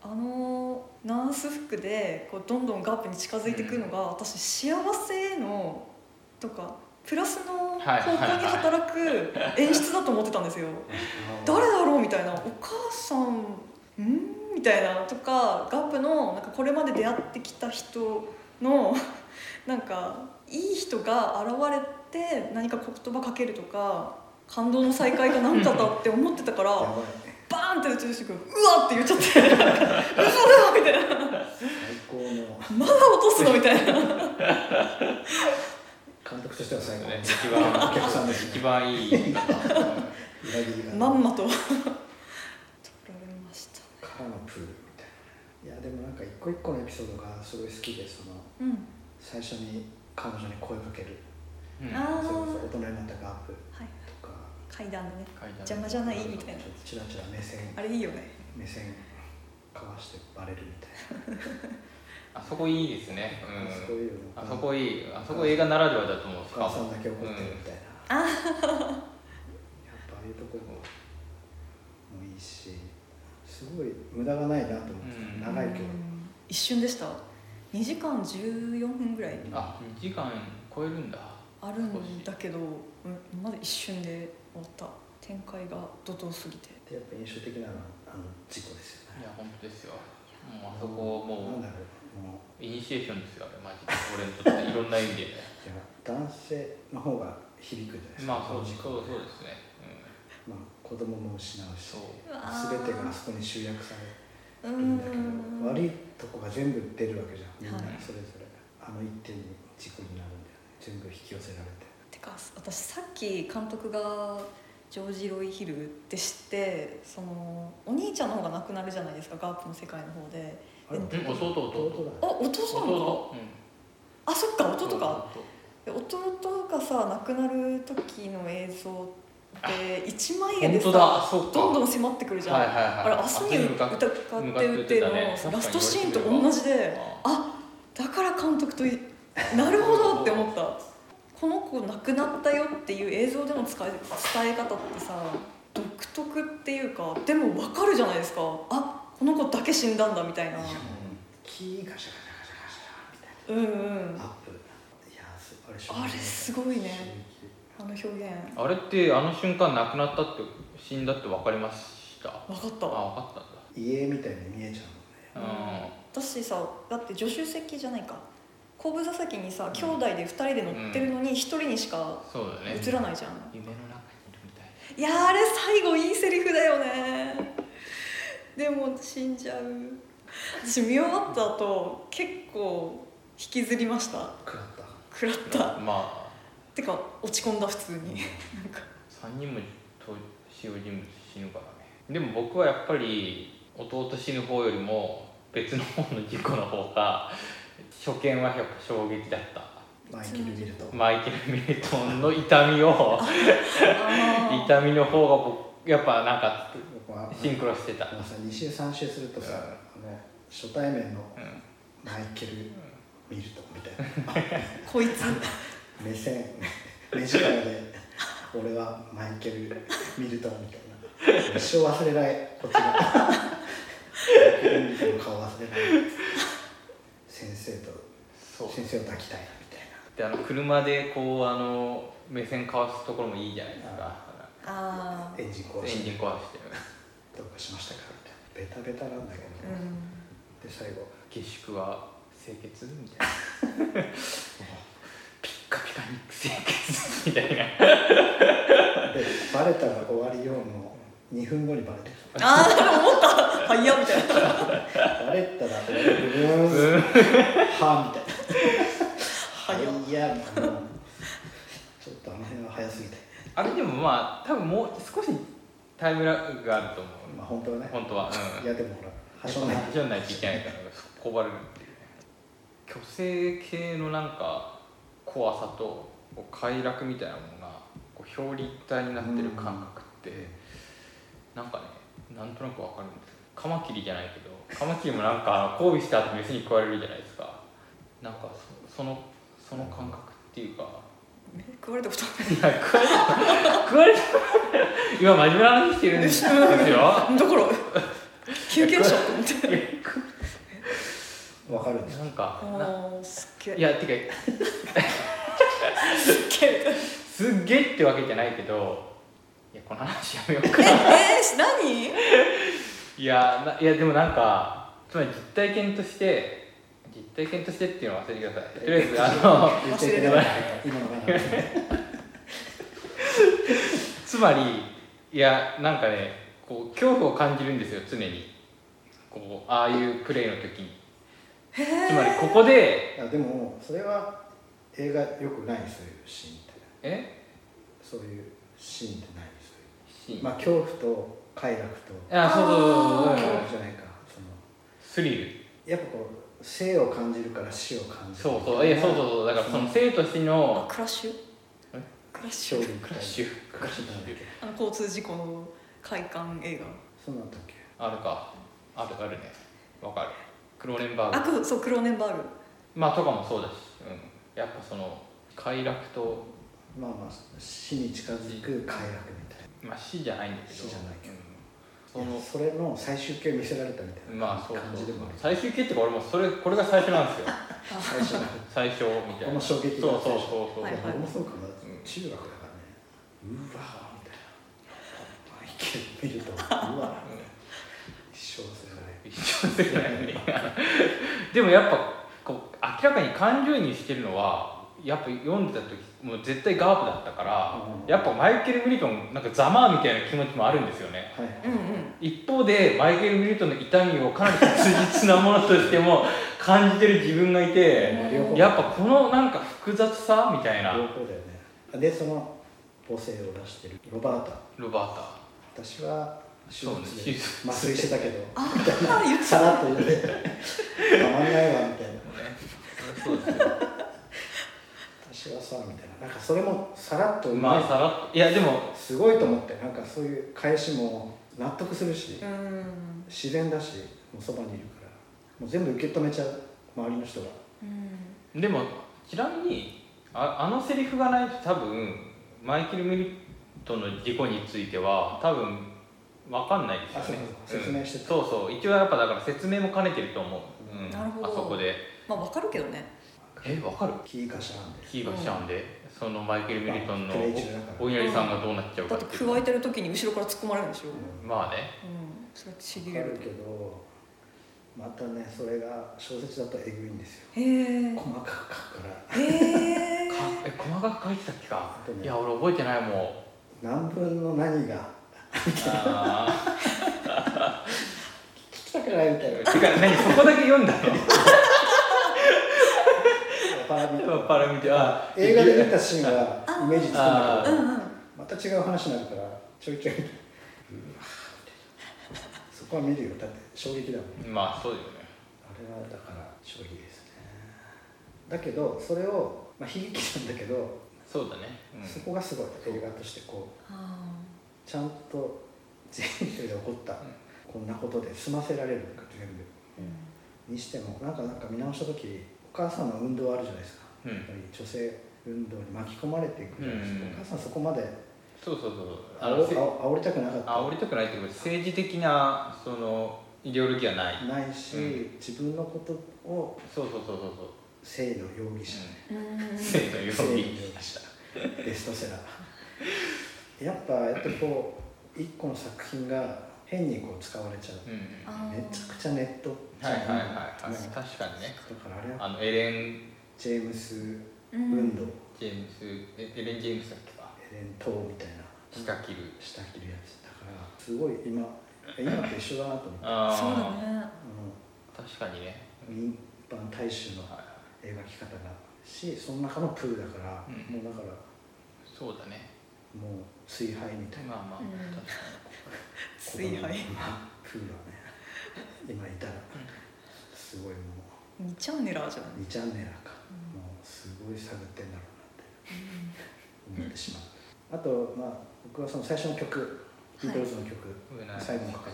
[SPEAKER 1] あのナース服でこうどんどんガープに近づいていくのが、私幸せへのとかプラスの方向に働く演出だと思ってたんですよ。誰だろうみたいなお母さんんみたいなとかガップのなんかこれまで出会ってきた人の なんかいい人が現れて何か言葉かけるとか感動の再会が何かだって思ってた か
[SPEAKER 2] や
[SPEAKER 1] ら
[SPEAKER 2] ばい
[SPEAKER 1] バーンって宇宙人君うわって言っちゃって「なんか嘘だ!」みたいな
[SPEAKER 2] 最高の
[SPEAKER 1] 「まだ落とすの?」みたい な
[SPEAKER 2] 監督としては最高の
[SPEAKER 3] ね一番
[SPEAKER 2] お客さんです
[SPEAKER 3] 一
[SPEAKER 2] ね
[SPEAKER 3] 番いい言い方
[SPEAKER 2] 裏切りが
[SPEAKER 1] まんまと 取られました
[SPEAKER 2] からのプールみたいないやでもなんか一個一個のエピソードがすごい好きでその
[SPEAKER 1] うん
[SPEAKER 2] 最初に彼女に声かける
[SPEAKER 3] うん
[SPEAKER 1] あー
[SPEAKER 2] それこそ大人になったガープ
[SPEAKER 1] はい
[SPEAKER 2] とか
[SPEAKER 1] 階段でね
[SPEAKER 3] 階段
[SPEAKER 1] 邪魔じゃないみたいな
[SPEAKER 2] ちょっとチラチラ目線
[SPEAKER 1] あれいいよね
[SPEAKER 2] 目線かわしてバレるみたい
[SPEAKER 3] あそこいいですね
[SPEAKER 2] な、すご
[SPEAKER 3] うん
[SPEAKER 2] いよね
[SPEAKER 3] あそこいいあそこ映画ならではだと思う
[SPEAKER 2] お母さんだけ怒ってるみたいな、やっぱああいうとこももいいしすごい無駄がないなと思って、
[SPEAKER 3] うん
[SPEAKER 2] 長いけど、
[SPEAKER 1] うん一瞬でした2時間14分ぐらい
[SPEAKER 3] あ2時間超えるんだ
[SPEAKER 1] あるんだけど、うんまだ一瞬で終わった展開が怒涛すぎて
[SPEAKER 2] でやっぱ印象的なのはあの事故ですよ
[SPEAKER 3] い
[SPEAKER 2] ね
[SPEAKER 3] や本当ですよもうあそこも
[SPEAKER 2] なん
[SPEAKER 3] う
[SPEAKER 2] だろうもう
[SPEAKER 3] イニシエーションですよあれマジで俺にとっていろんな意味で
[SPEAKER 2] いや男性の方が響くじゃないですか、
[SPEAKER 3] ま あそうそう
[SPEAKER 2] 事故
[SPEAKER 3] そうですね
[SPEAKER 2] まあ、子供も失うし
[SPEAKER 3] そう
[SPEAKER 1] うわー
[SPEAKER 2] 全てがあそこに集約され
[SPEAKER 1] う
[SPEAKER 2] るんだけど
[SPEAKER 1] ん
[SPEAKER 2] 悪いとこが全部出るわけじゃんみんな
[SPEAKER 1] はい
[SPEAKER 2] それぞれ、あの一点に事故になるんだよね全部引き寄せられて
[SPEAKER 1] てか私さっき監督がジョージ・ロイヒルって知ってそのお兄ちゃんの方が亡くなるじゃないですかガープの世界の方で
[SPEAKER 2] あれ
[SPEAKER 1] うん
[SPEAKER 2] 弟
[SPEAKER 3] 弟弟
[SPEAKER 2] 弟だよ
[SPEAKER 1] あお父さんか
[SPEAKER 3] 弟うん
[SPEAKER 1] あそっか弟か
[SPEAKER 3] 弟
[SPEAKER 1] で弟がさ亡くなる時の映像って一枚絵で
[SPEAKER 3] 本当だ
[SPEAKER 1] さ
[SPEAKER 3] そっか
[SPEAKER 1] どんどん迫ってくるじゃん、
[SPEAKER 3] はいはいはい
[SPEAKER 1] あれ「明日に歌って歌って」のラストシーンと同じであだから監督といなるほどって思ったこの子亡くなったよっていう映像での使い伝え方ってさ独特っていうかでも分かるじゃないですかあこの子だけ死んだんだみたいな
[SPEAKER 2] やもうキーガシャガシャガシャガシャみたい
[SPEAKER 1] うんうん
[SPEAKER 2] なアップいやすあれ衝撃
[SPEAKER 1] あれすごいねあ
[SPEAKER 2] 衝撃
[SPEAKER 1] の表現
[SPEAKER 3] あれってあの瞬間亡くなったって死んだって分かりましたあ
[SPEAKER 1] 分かったわ
[SPEAKER 3] 分かったんだ
[SPEAKER 2] 家みたいに見えちゃ
[SPEAKER 3] う
[SPEAKER 1] うんん私さだって助手席じゃないか後部座席にさ兄弟で2人で乗ってるのに1人にしか
[SPEAKER 3] そうだね
[SPEAKER 1] 映らないじゃん、
[SPEAKER 3] 夢の中にいるみたい
[SPEAKER 1] いやーあれ最後いいセリフだよねでも死んじゃう私見終わった後結構引きずりました
[SPEAKER 2] うのね食らった
[SPEAKER 1] 食らった
[SPEAKER 3] まあ
[SPEAKER 1] てか落ち込んだ普通に なんか
[SPEAKER 3] 3人もと主要人物死ぬからねでも僕はやっぱり弟死ぬ方よりも別の方の事故の方が初見はやっぱ衝撃だった
[SPEAKER 2] マイケル・見ると
[SPEAKER 3] マイケル・ミルトンの痛みを
[SPEAKER 1] あー
[SPEAKER 3] 痛みの方が僕やっぱなんか
[SPEAKER 2] 僕は
[SPEAKER 3] シンクロしてた、
[SPEAKER 2] もうさ2週3週するとさ、あの初対面の
[SPEAKER 3] うん
[SPEAKER 2] マイケル・ミルトンみたいな
[SPEAKER 1] こいつ
[SPEAKER 2] 目線 目力で俺はマイケル・ミルトンみたいな一生忘れないこっちがマイケル・ミルトンの顔忘れない先生と
[SPEAKER 3] そう
[SPEAKER 2] 先生を抱きたいみたい
[SPEAKER 3] であの車でこうあの目線交わすところもいいじゃないですか
[SPEAKER 1] ああ
[SPEAKER 2] なエンジン壊
[SPEAKER 3] エ
[SPEAKER 2] し
[SPEAKER 3] ン
[SPEAKER 2] て
[SPEAKER 3] ジン壊して
[SPEAKER 2] どうかしましたかみたいなベタベタなんだけど、
[SPEAKER 1] う
[SPEAKER 2] で
[SPEAKER 1] ん
[SPEAKER 2] 最後
[SPEAKER 3] 下宿は清潔みたいなピッカピカに清潔みたいな
[SPEAKER 2] でバレたら終わりようの2分後にバレてる
[SPEAKER 1] ああ思った早っみたいな
[SPEAKER 2] バレたら終わりブルーン
[SPEAKER 3] うん
[SPEAKER 2] はみたいな
[SPEAKER 1] 早っ
[SPEAKER 2] いやもうちょっとあの辺は早すぎて
[SPEAKER 3] あれでもまあ多分もう少しタイムラグがあると思
[SPEAKER 2] まあ本当はね
[SPEAKER 3] う本当はうん
[SPEAKER 2] いやでもほらはしょんない
[SPEAKER 3] はしょんないといけないからこばれるっていうね虚勢系のなんか怖さとこう快楽みたいなものがこう表裏一体になってる感覚って、なんかねなんとなくわかるんですよカマキリじゃないけどカマキリもなんかあの交尾した後メスに食われるじゃないですかなんかそそのその感覚っていうか、
[SPEAKER 1] 食われたこと
[SPEAKER 3] いや食われた食われた今真面目な話してるんですよ
[SPEAKER 1] ないだから救急車と思って
[SPEAKER 2] わかるんです
[SPEAKER 3] なんかな
[SPEAKER 1] ああすっげえ
[SPEAKER 3] いやてか
[SPEAKER 1] すっげえ
[SPEAKER 3] すっげえってわけじゃないけどいやこの話やめよう
[SPEAKER 1] え
[SPEAKER 3] か
[SPEAKER 1] えー、何
[SPEAKER 3] いやないやでもなんかつまり実体験として実体験としてっていうのを忘れてくださいとりあえずあ の
[SPEAKER 2] 言っちゃいけなかった今のがな
[SPEAKER 3] つまりいやなんかねこう恐怖を感じるんですよ常にこうああいうプレイの時につまりここで
[SPEAKER 2] いやでもそれは映画よくないそういうシーンって
[SPEAKER 3] え
[SPEAKER 2] そういうシーンってないそう
[SPEAKER 3] シ
[SPEAKER 2] い
[SPEAKER 3] ー
[SPEAKER 2] う
[SPEAKER 3] ン
[SPEAKER 2] まあ恐怖と快楽と
[SPEAKER 3] あそうそうそう
[SPEAKER 2] 恐
[SPEAKER 3] そう
[SPEAKER 2] 怖じゃないかその
[SPEAKER 3] スリル
[SPEAKER 2] やっぱこう生を感じるから死を感じる
[SPEAKER 3] そうそういやそうそうそうだからその生と死
[SPEAKER 1] あ
[SPEAKER 3] の
[SPEAKER 1] クラッシュ
[SPEAKER 3] え
[SPEAKER 1] クラッシ
[SPEAKER 2] 衝撃
[SPEAKER 1] ュ
[SPEAKER 3] クラッシュクラッシュ
[SPEAKER 1] あの交通事故の快感映
[SPEAKER 2] そうなんだっけ
[SPEAKER 3] あるかあるあるねわかるクローネンバ
[SPEAKER 1] 画あ
[SPEAKER 3] ーグ
[SPEAKER 1] くそうクローネンバーグ
[SPEAKER 3] まあとかもそうだし、うん、やっぱその快楽と、
[SPEAKER 2] まあまあ死に近づく快楽みたいな
[SPEAKER 3] まあ、死じゃないんだけど
[SPEAKER 2] 死じゃないけど
[SPEAKER 3] うんその
[SPEAKER 2] それの最終形見せられたみたい
[SPEAKER 3] ま
[SPEAKER 2] な
[SPEAKER 3] あそう
[SPEAKER 2] 感じでもある、
[SPEAKER 3] 最終形っていうか俺もそれこれが最初なんですよ
[SPEAKER 2] 最初の
[SPEAKER 3] 最初みたいな
[SPEAKER 2] この衝撃
[SPEAKER 3] そ
[SPEAKER 2] が
[SPEAKER 3] うそうそうそう、
[SPEAKER 1] はいい
[SPEAKER 2] や
[SPEAKER 1] はい
[SPEAKER 2] 僕もそうかな、
[SPEAKER 3] ん
[SPEAKER 2] 中学だからねうわーみたいなマイケル見るとうわーみたいな一生忘れない
[SPEAKER 3] 一緒ですよねでもやっぱこう明らかに感情移入してるのはやっぱ読んでた時もう絶対ガープだったから、
[SPEAKER 2] うん
[SPEAKER 3] やっぱマイケル・ミルトンなんかざまあみたいな気持ちもあるんですよね
[SPEAKER 2] はいはい、
[SPEAKER 1] うんうん
[SPEAKER 3] 一方でマイケル・ミルトンの痛みをかなり切実なものとし ても感じてる自分がいて
[SPEAKER 2] 両方
[SPEAKER 3] やっぱこのなんか複雑さみたいな
[SPEAKER 2] 両方だよねでその母性を出してるロバータ
[SPEAKER 3] ロバータ
[SPEAKER 2] 私は手
[SPEAKER 3] そうね
[SPEAKER 2] 術
[SPEAKER 3] 手
[SPEAKER 2] で
[SPEAKER 3] 術
[SPEAKER 2] 麻酔してたけど
[SPEAKER 1] ああ言っ
[SPEAKER 2] さらっと言ってたまんないわみたいな
[SPEAKER 3] そうですね
[SPEAKER 2] 私はさみたいななんかそれもさらっとう
[SPEAKER 3] ま
[SPEAKER 2] まい
[SPEAKER 3] あさらっといやでも
[SPEAKER 2] すごいと思ってなんかそういう返しも納得するし、
[SPEAKER 1] たうん
[SPEAKER 2] 自然だしもうそばにいるからもう全部受け止めちゃう周りの人が
[SPEAKER 1] うん
[SPEAKER 3] でもちなみにああのセリフがないと多分マイケル・ミルとの事故については多分分かんないですよね
[SPEAKER 2] あそうか
[SPEAKER 3] うん
[SPEAKER 2] 説明してた
[SPEAKER 3] そうそう一応やっぱだから説明も兼ねてると思う、うん、
[SPEAKER 1] なるほど
[SPEAKER 3] あそこで
[SPEAKER 1] まあわかるけどね
[SPEAKER 3] え分かる
[SPEAKER 2] キーカシャなんで
[SPEAKER 3] キーが来ちゃうんで、そのマイケル・ミルトンの
[SPEAKER 2] プレイ中だから
[SPEAKER 3] おお稲荷さんがどうなっちゃう
[SPEAKER 1] だ
[SPEAKER 3] か
[SPEAKER 1] っ
[SPEAKER 3] ってていう
[SPEAKER 1] 加えてる時に後ろから突っ込まれるんでしょ、う
[SPEAKER 3] まあね
[SPEAKER 1] ん、それはしび
[SPEAKER 2] わ
[SPEAKER 1] れ
[SPEAKER 2] か
[SPEAKER 1] る
[SPEAKER 2] るけどまたねそれが小説だとえぐいんですよ
[SPEAKER 1] へえ
[SPEAKER 2] 細かく書くから
[SPEAKER 1] へえ
[SPEAKER 3] かえ細かく書いてたっけか
[SPEAKER 2] あとね
[SPEAKER 3] いや俺覚えてないもん
[SPEAKER 2] 何分の何が
[SPEAKER 3] あ
[SPEAKER 2] 聞きたくないみたいな
[SPEAKER 3] ー てか何そこだけ読んだの
[SPEAKER 2] パラビ
[SPEAKER 3] パラ見てあ
[SPEAKER 2] 映画で見たシーンがイメージつくんだ
[SPEAKER 3] あ
[SPEAKER 2] け
[SPEAKER 3] ー
[SPEAKER 1] う
[SPEAKER 2] ど
[SPEAKER 1] んうん
[SPEAKER 2] また違う話になるからちょいちょい見てうわーみたいなそこは見るよだって衝撃だもん
[SPEAKER 3] まあそうだよね
[SPEAKER 2] あれはだから衝撃ですねだけどそれを、まあ、悲劇なんだけど、
[SPEAKER 3] そうだね、うん
[SPEAKER 2] そこがすごい映画としてこう
[SPEAKER 1] あ
[SPEAKER 2] ちゃんと人生で起こった、こんなことで済ませられるのか全部
[SPEAKER 1] ーうん
[SPEAKER 2] にしてもなんかなんか見直した時お母さんの運動あるじゃないですか、
[SPEAKER 3] うん
[SPEAKER 2] やっぱり女性運動に巻き込まれていくじゃないですか、
[SPEAKER 3] うん
[SPEAKER 2] お母さんそこまで
[SPEAKER 3] そうそうそうあ
[SPEAKER 2] あ
[SPEAKER 3] の
[SPEAKER 2] お
[SPEAKER 3] せ
[SPEAKER 2] 煽りたくなかった
[SPEAKER 3] 煽りたくないってこと政治的なそのイデオロギーはない
[SPEAKER 2] ないし、
[SPEAKER 3] う
[SPEAKER 2] 自分のことを
[SPEAKER 3] そうそうそうそうそう
[SPEAKER 2] 性の容疑者、
[SPEAKER 1] うん
[SPEAKER 3] 政治の
[SPEAKER 2] 性の容
[SPEAKER 3] 容疑
[SPEAKER 2] 疑者ベストセラーやっぱやっぱこう一個の作品が変にこう使われちゃう、
[SPEAKER 3] うんは
[SPEAKER 1] あー
[SPEAKER 2] めちゃくちゃネット
[SPEAKER 3] いはいはいはい、
[SPEAKER 2] ねだか
[SPEAKER 3] 確かにね
[SPEAKER 2] らあれは
[SPEAKER 3] あのエレン・
[SPEAKER 2] ジェームス・
[SPEAKER 1] う
[SPEAKER 2] ウン
[SPEAKER 1] ん
[SPEAKER 2] ド、
[SPEAKER 3] ジェームスえエレン・ジェームスだっけか
[SPEAKER 2] エレン・トーみたいな
[SPEAKER 3] 下切る
[SPEAKER 2] 下着るやつだからすごい今今と一緒だなと思って
[SPEAKER 3] あ
[SPEAKER 1] そうだ
[SPEAKER 3] あ、
[SPEAKER 1] ね
[SPEAKER 3] 確かにね、
[SPEAKER 2] 民般大衆の
[SPEAKER 3] はい、
[SPEAKER 2] 描き方がしその中のプーだから、
[SPEAKER 3] うん
[SPEAKER 2] もうだから
[SPEAKER 3] そうだね
[SPEAKER 2] もう水杯みたいな
[SPEAKER 3] まあまあ、
[SPEAKER 1] うん
[SPEAKER 3] 確か
[SPEAKER 1] 水
[SPEAKER 2] 子供の
[SPEAKER 1] 杯
[SPEAKER 2] プーだね 今いたらすごいもう
[SPEAKER 1] 2チャンネラーじゃん
[SPEAKER 2] 2チャンネルか、
[SPEAKER 1] うん
[SPEAKER 2] もうすごい探ってんだろうなって思ってしまう、あとまあ僕はその最初の曲ビートルズの曲、
[SPEAKER 3] にウナイ
[SPEAKER 2] 最後の曲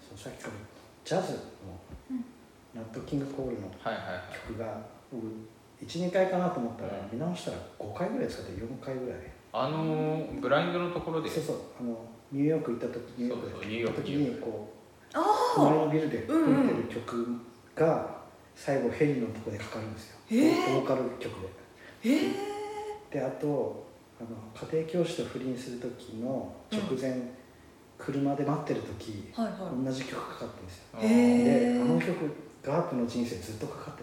[SPEAKER 2] そのさっきからジャズの、
[SPEAKER 1] うん
[SPEAKER 2] ナット・キング・コールの
[SPEAKER 3] はいはいはい
[SPEAKER 2] 曲が僕12回かなと思ったら
[SPEAKER 3] うん
[SPEAKER 2] 見直したら5回ぐらい使って4回ぐらい
[SPEAKER 3] あのーブラインドのところで
[SPEAKER 2] そうそうあのニューヨーク行った時ニューヨーク
[SPEAKER 3] そうそうニュー
[SPEAKER 2] 行っ
[SPEAKER 3] ヨー
[SPEAKER 2] た
[SPEAKER 3] ク
[SPEAKER 2] 時
[SPEAKER 3] ニューヨ
[SPEAKER 2] に
[SPEAKER 3] ーク
[SPEAKER 2] こう
[SPEAKER 1] あ
[SPEAKER 2] 隣
[SPEAKER 1] あ
[SPEAKER 2] のビルで吹い
[SPEAKER 1] うんうん
[SPEAKER 2] てる曲が最後ヘリのとこでかかるんですよボ
[SPEAKER 1] へえ
[SPEAKER 2] ーカル曲で
[SPEAKER 1] ええ
[SPEAKER 2] であとあの家庭教師と不倫する時の直前車で待ってる時
[SPEAKER 1] はいは
[SPEAKER 2] 同じ曲かかってるんですよ
[SPEAKER 3] あ
[SPEAKER 1] へ
[SPEAKER 3] ー
[SPEAKER 1] え
[SPEAKER 2] であの曲ガープの人生ずっとかかって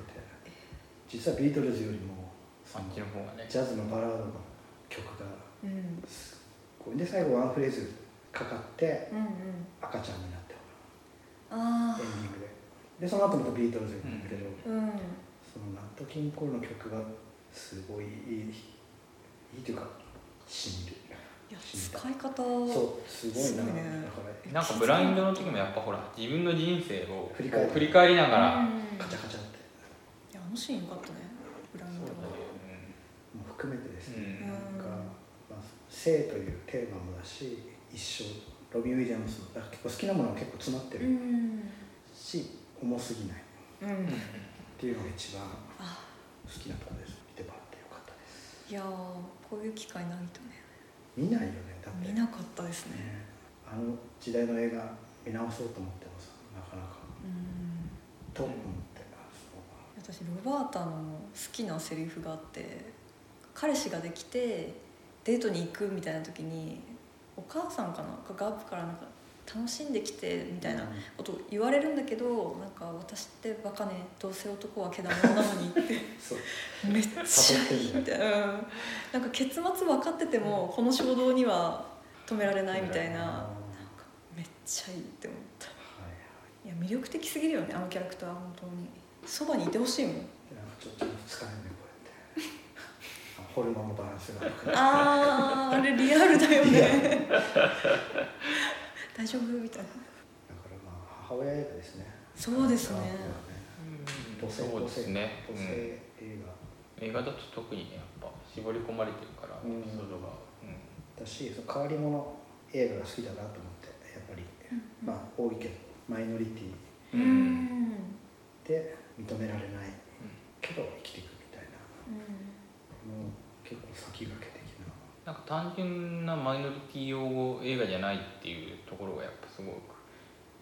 [SPEAKER 2] て実はビートルズよりもそ
[SPEAKER 3] あ
[SPEAKER 2] の
[SPEAKER 3] っちの方がね
[SPEAKER 2] ジャズのバラードの曲が
[SPEAKER 1] いうん
[SPEAKER 2] これで最後ワンフレーズかかって
[SPEAKER 1] うんうん
[SPEAKER 2] 赤ちゃんになって
[SPEAKER 1] あ
[SPEAKER 2] エンディングででその後またビートルズなんだけど、
[SPEAKER 1] あうん
[SPEAKER 2] そのナット・キングコールの曲がすごいいいいいというかしみる
[SPEAKER 1] いや
[SPEAKER 2] しみ
[SPEAKER 1] 使い方を
[SPEAKER 2] そうすごいな
[SPEAKER 1] すごいね
[SPEAKER 2] だから
[SPEAKER 3] なんかブラインドの時もやっぱほら自分の人生を
[SPEAKER 2] 振り返る
[SPEAKER 3] 振り返りながら、
[SPEAKER 1] う
[SPEAKER 3] そうん
[SPEAKER 2] カチャカチャって
[SPEAKER 1] いやあのシーンよかったねブラインド
[SPEAKER 3] だ
[SPEAKER 1] の
[SPEAKER 3] ね
[SPEAKER 2] もう含めてです
[SPEAKER 3] う
[SPEAKER 2] ね、
[SPEAKER 3] ん、うん
[SPEAKER 2] なんか、まあ、性というテーマもだし一生ロビン・ウィリアムスのだから結構好きなものが結構詰まって
[SPEAKER 1] う
[SPEAKER 2] る
[SPEAKER 1] ん
[SPEAKER 2] し、重すぎないっ
[SPEAKER 1] うん
[SPEAKER 2] ていうのが一番
[SPEAKER 1] あ
[SPEAKER 2] 好きなところです見てもらってよかったです
[SPEAKER 1] いやーこういう機会ないとね
[SPEAKER 2] 見ないよねだって
[SPEAKER 1] 見なかったですね
[SPEAKER 2] ねあの時代の映画見直そうと思ってもさなかなか
[SPEAKER 1] うん
[SPEAKER 2] と思ってそう
[SPEAKER 1] 私ロバータの好きなセリフがあって彼氏ができてデートに行くみたいな時にお母さんかなんかガープからなんか楽しんできてみたいなことを言われるんだけどなんか私ってバカねどうせ男はけだものなのにって
[SPEAKER 2] そう
[SPEAKER 1] めっちゃいいみたいな、うんなんか結末分かっててもこの衝動には止められないみたいな
[SPEAKER 2] は
[SPEAKER 1] なんかめっちゃいいって思ったいや魅力的すぎるよねあのキャラクター本当にそばにいてほしいもん
[SPEAKER 2] いなんかちょっと疲れるねこうやってあホルモンのバランスが悪くなる
[SPEAKER 1] あーあれリアルだよね 大丈夫みたいな
[SPEAKER 2] だからまあ母親映画ですね
[SPEAKER 1] そうですね
[SPEAKER 2] 母親映画ね
[SPEAKER 3] そうですね、
[SPEAKER 2] 母性
[SPEAKER 3] うん
[SPEAKER 2] 映
[SPEAKER 3] 映画だと特にねやっぱ絞り込まれてるから、
[SPEAKER 2] うん
[SPEAKER 3] エピソードが、うん
[SPEAKER 2] 画だしその変わり者映画が好きだなと思ってやっぱり、まあ多いけどマイノリティ
[SPEAKER 1] うん
[SPEAKER 2] で認められないけど生きていくみたいな
[SPEAKER 1] う
[SPEAKER 2] もう結構先駆け的な
[SPEAKER 3] なんか単純なマイノリティ用語映画じゃないっていうところがやっぱすごく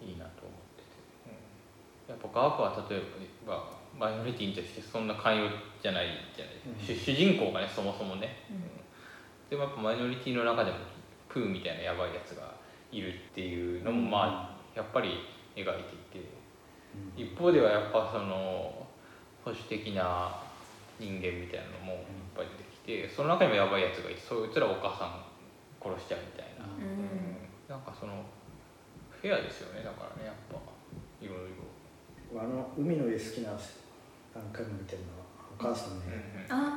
[SPEAKER 3] いいなと思ってて、やっぱ科学は例えばマイノリティに対してそんな寛容じゃないじゃない、
[SPEAKER 2] うん
[SPEAKER 3] 主主人公がねそもそもね、
[SPEAKER 1] うん
[SPEAKER 3] でもやっぱマイノリティの中でもプーみたいなやばいやつがいるっていうのもまあやっぱり描いていて。
[SPEAKER 2] うん
[SPEAKER 3] 一方ではやっぱその保守的な人間みたいなのもいっぱい出てきてその中にもやばいやつがいてそいつらお母さん殺しちゃうみたい
[SPEAKER 2] う
[SPEAKER 3] な、
[SPEAKER 1] うん
[SPEAKER 3] なんかそのフェアですよねだからねやっぱいろいろ、
[SPEAKER 2] あの海の家好きなんですよ何回も見てるのはお母さんね、
[SPEAKER 3] うん
[SPEAKER 1] あ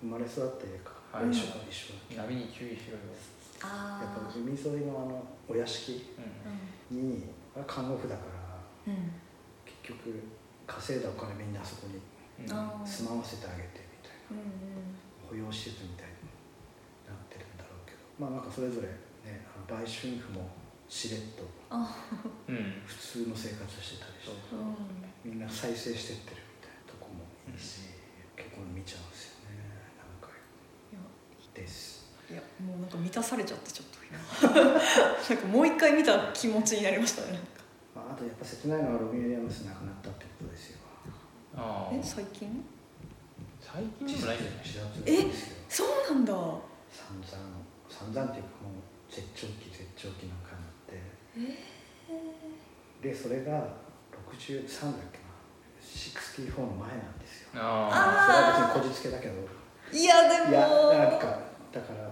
[SPEAKER 2] 生まれ育った家か、
[SPEAKER 3] はい
[SPEAKER 2] 一緒か一緒
[SPEAKER 3] うん、
[SPEAKER 2] やっ
[SPEAKER 3] 波に注意しろよ、
[SPEAKER 1] ーあ
[SPEAKER 2] ぱ
[SPEAKER 1] ー
[SPEAKER 2] 海沿いのあのお屋敷
[SPEAKER 3] う
[SPEAKER 1] う
[SPEAKER 2] にあれ看護婦だから
[SPEAKER 1] んうん
[SPEAKER 2] 結局稼いだお金みんなあそこに
[SPEAKER 3] んうん
[SPEAKER 1] あー
[SPEAKER 2] 住まわせてあげてみたい
[SPEAKER 1] う
[SPEAKER 2] な
[SPEAKER 1] んうん
[SPEAKER 2] 保養施設みたいになってるんだろうけどまあなんかそれぞれねあの売春婦もしれっと
[SPEAKER 1] あ
[SPEAKER 3] うん
[SPEAKER 2] 普通の生活してたりして
[SPEAKER 1] うん
[SPEAKER 2] みんな再生してってるみたいなとこもいいし、結構見ちゃうんですよね何回も
[SPEAKER 1] いや
[SPEAKER 2] です
[SPEAKER 1] いやもうなんか満たされちゃってちょっと今 なんかもう一回見た気持ちになりましたねなんか
[SPEAKER 2] まあ、あとやっぱ切ないのはロビン・ウィリアムス亡くなったってことですよ
[SPEAKER 3] あ
[SPEAKER 1] え
[SPEAKER 3] ー
[SPEAKER 1] 最近
[SPEAKER 3] 最近でもないんじゃない
[SPEAKER 2] 自殺ですよ
[SPEAKER 1] そうなんだ
[SPEAKER 2] 散々散々っていうかもう絶頂期絶頂期なんかになってでそれが63だっけな64の前なんですよ
[SPEAKER 3] あ
[SPEAKER 1] あー
[SPEAKER 2] それは別にこじつけだけど
[SPEAKER 1] いやでも
[SPEAKER 2] いやなんかだから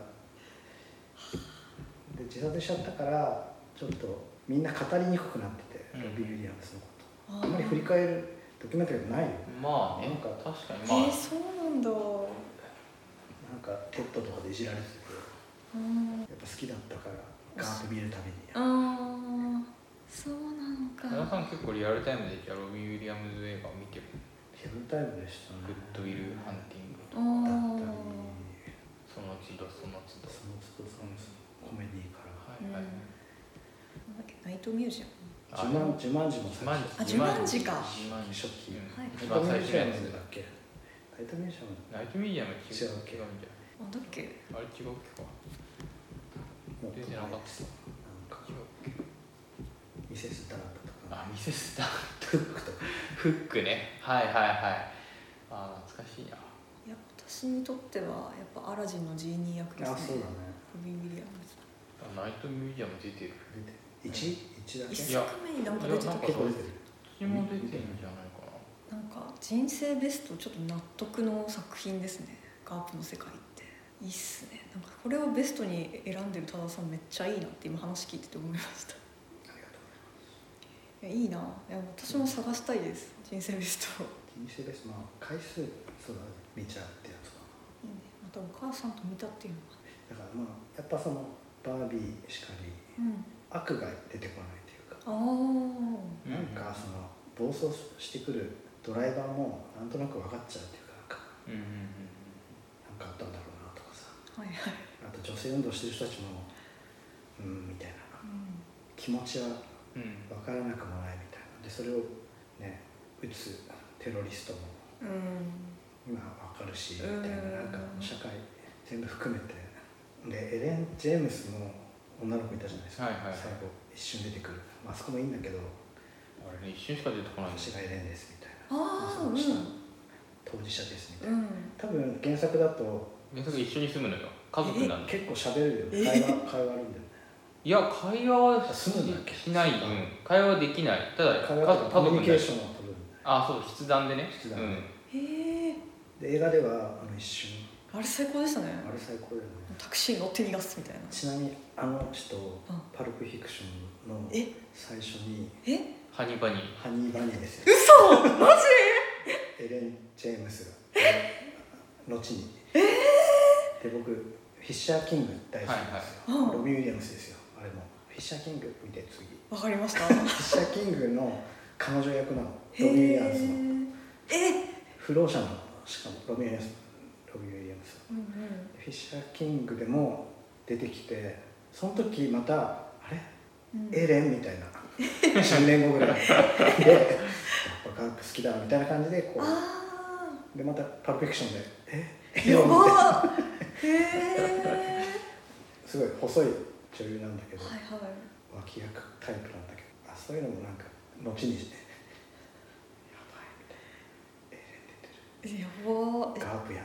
[SPEAKER 2] で自殺しちゃったからちょっとみんな語りにくくなってて、
[SPEAKER 3] う
[SPEAKER 2] ロ
[SPEAKER 3] ん
[SPEAKER 2] ビー・ウィリアムスの
[SPEAKER 1] あ
[SPEAKER 2] ことあ
[SPEAKER 1] ー
[SPEAKER 2] んまり振り返るドキュメンタリーがないよ
[SPEAKER 3] ーまあね
[SPEAKER 2] なんか
[SPEAKER 3] 確か
[SPEAKER 1] え
[SPEAKER 3] にま
[SPEAKER 1] ー、
[SPEAKER 3] あ
[SPEAKER 1] そうなんだ
[SPEAKER 2] なんかテッドとかでいじられてて
[SPEAKER 1] うん
[SPEAKER 2] やっぱ好きだったからガーッと見るたびに
[SPEAKER 1] あーそうなの
[SPEAKER 3] 皆
[SPEAKER 1] か
[SPEAKER 3] さん結構リアルタイムでじゃあロビン・ウィリアムズ映画を見てる
[SPEAKER 2] ヘブンタイムでしたね
[SPEAKER 3] グッドウィル・ハンティングと
[SPEAKER 1] あ
[SPEAKER 3] か
[SPEAKER 2] だったり
[SPEAKER 1] ー
[SPEAKER 3] その都度その都度
[SPEAKER 2] その都度その都度コメディーから
[SPEAKER 3] はい
[SPEAKER 1] う
[SPEAKER 3] はい、
[SPEAKER 1] んなんだっけナイトミュージ
[SPEAKER 3] あ
[SPEAKER 2] ジュマンジュマンジも
[SPEAKER 3] ジュマンジ
[SPEAKER 1] あジュマンジか
[SPEAKER 3] ジュマンジ
[SPEAKER 2] 初期
[SPEAKER 3] うん
[SPEAKER 1] はい
[SPEAKER 2] ナ
[SPEAKER 3] 一
[SPEAKER 2] イト
[SPEAKER 3] 番
[SPEAKER 2] ミュ
[SPEAKER 3] 最
[SPEAKER 2] ージア
[SPEAKER 3] 初のや
[SPEAKER 2] ム
[SPEAKER 3] つ
[SPEAKER 2] だっけナイトミュージアム
[SPEAKER 3] ナイトミュージアムは違う
[SPEAKER 2] 違うっけ
[SPEAKER 3] 違うんじゃ
[SPEAKER 1] アムなんだっけ
[SPEAKER 3] ないあれ違うっけか
[SPEAKER 2] もっと
[SPEAKER 3] 出てな
[SPEAKER 2] 前
[SPEAKER 3] かっ
[SPEAKER 2] ですなんか
[SPEAKER 3] 違うっ
[SPEAKER 2] ミセス・ダートと
[SPEAKER 3] け
[SPEAKER 2] か
[SPEAKER 3] あミセスター
[SPEAKER 2] フックとか
[SPEAKER 3] フックねはいはいはいあー懐かしいない
[SPEAKER 1] や私にとってはやっぱアラジンのジーニー役ですね
[SPEAKER 2] あそうだね
[SPEAKER 1] ロビン・ウィリアムズ
[SPEAKER 3] あナイトミュージアム出てる
[SPEAKER 2] 出てる一一だけ
[SPEAKER 1] 一
[SPEAKER 2] 結
[SPEAKER 3] や
[SPEAKER 1] 作目になんか出てたけど
[SPEAKER 2] 構出てる
[SPEAKER 3] こっちも出てんじゃないかな
[SPEAKER 1] なんか人生ベストちょっと納得の作品ですねガープの世界っていいっすねなんかこれをベストに選んでる多田さんめっちゃいいなって今話聞いてて思いました
[SPEAKER 2] ありがとう ございま
[SPEAKER 1] いやいいないや私も探したいです人生ベストを
[SPEAKER 2] すミセス・まあ回数そうだね見ちゃうってやつかない
[SPEAKER 1] いねまたお母さんと見たっていうのが
[SPEAKER 2] だからまあやっぱそのバービーしかり
[SPEAKER 1] うん
[SPEAKER 2] 悪が出てこないというか
[SPEAKER 1] ああ
[SPEAKER 3] うん
[SPEAKER 2] なんかその暴走してくるドライバーもなんとなく分かっちゃうっていうかなんか
[SPEAKER 3] うんうんうん
[SPEAKER 2] なんかあったんだろうなとかさ
[SPEAKER 1] はいはい、
[SPEAKER 2] あと女性運動してる人たちもうんみたいな
[SPEAKER 1] うん、
[SPEAKER 2] 気持ちは
[SPEAKER 3] うんうん
[SPEAKER 2] 分からなくもないみたいなでそれをね撃つテロリストも
[SPEAKER 1] うん、
[SPEAKER 2] 今分かるしみたいな
[SPEAKER 1] う
[SPEAKER 2] なんんか社会全部含めてでエレン・ジェームスも女の子いたじゃないですか、
[SPEAKER 3] はいはいはい
[SPEAKER 2] 最後一瞬出てくる、まああそこもいいんだけど
[SPEAKER 3] あれね一瞬しか出てこないんだ
[SPEAKER 2] 私がエレンですみたいな
[SPEAKER 1] ああ
[SPEAKER 2] そ
[SPEAKER 1] うん
[SPEAKER 2] の下当事者ですみたいな
[SPEAKER 1] うん
[SPEAKER 2] 多分原作だと
[SPEAKER 3] 原作一緒に住むのよ家族なんだよ
[SPEAKER 2] 結構喋るよ
[SPEAKER 1] え
[SPEAKER 2] 会話会話あるんだよね
[SPEAKER 3] いや会話はし
[SPEAKER 2] 住むんだっけ
[SPEAKER 3] しない、うん、会話はできないただ
[SPEAKER 2] 会
[SPEAKER 3] 家
[SPEAKER 2] 話
[SPEAKER 3] 族
[SPEAKER 2] とか
[SPEAKER 3] 家
[SPEAKER 2] コミュニ
[SPEAKER 3] 族に
[SPEAKER 2] ケーションを取るんだよ
[SPEAKER 3] あそう筆談でね
[SPEAKER 2] 筆談で
[SPEAKER 3] うん
[SPEAKER 1] へえ
[SPEAKER 2] で映画ではあの一瞬
[SPEAKER 1] あれ最高でしたね
[SPEAKER 2] あれ最高だよね
[SPEAKER 1] タクシー乗って逃がすみたいな
[SPEAKER 2] ちなみにあの人
[SPEAKER 1] うん
[SPEAKER 2] パルプフィクションの
[SPEAKER 1] え
[SPEAKER 2] 最初に
[SPEAKER 1] え
[SPEAKER 3] ハニバニ
[SPEAKER 2] 「ハニーバニー」ですよ
[SPEAKER 1] 嘘マジ
[SPEAKER 2] エレン・ジェームスが後にで僕フィッシャーキング大好きなんです
[SPEAKER 1] はいはい
[SPEAKER 2] よ
[SPEAKER 1] うん
[SPEAKER 2] ロビン・ウィリアムスですよあれもフィッシャーキング見て次フ
[SPEAKER 1] わかりました
[SPEAKER 2] ィッシャーキングの彼女役なの
[SPEAKER 1] へ
[SPEAKER 2] ロビン・ウィリアムスの
[SPEAKER 1] ーえ
[SPEAKER 2] 不老者のしかもロミュー・ウィリアムスロミュー・ウィリアムス
[SPEAKER 1] うんうん
[SPEAKER 2] フィッシャー・キングでも出てきてその時またあれ
[SPEAKER 1] うん
[SPEAKER 2] エレンみたいな 10年後ぐらいでやっぱ科学好きだみたいな感じでこ
[SPEAKER 1] あ
[SPEAKER 2] うでまたパルプフィクションでえ
[SPEAKER 1] ーやばーへえ
[SPEAKER 2] すごい細い女優なんだけど、
[SPEAKER 1] はいはい
[SPEAKER 2] 脇役タイプなんだけどあそういうのもなんか後にして「やばい」みたい
[SPEAKER 1] えやば
[SPEAKER 2] な「ガープやばい」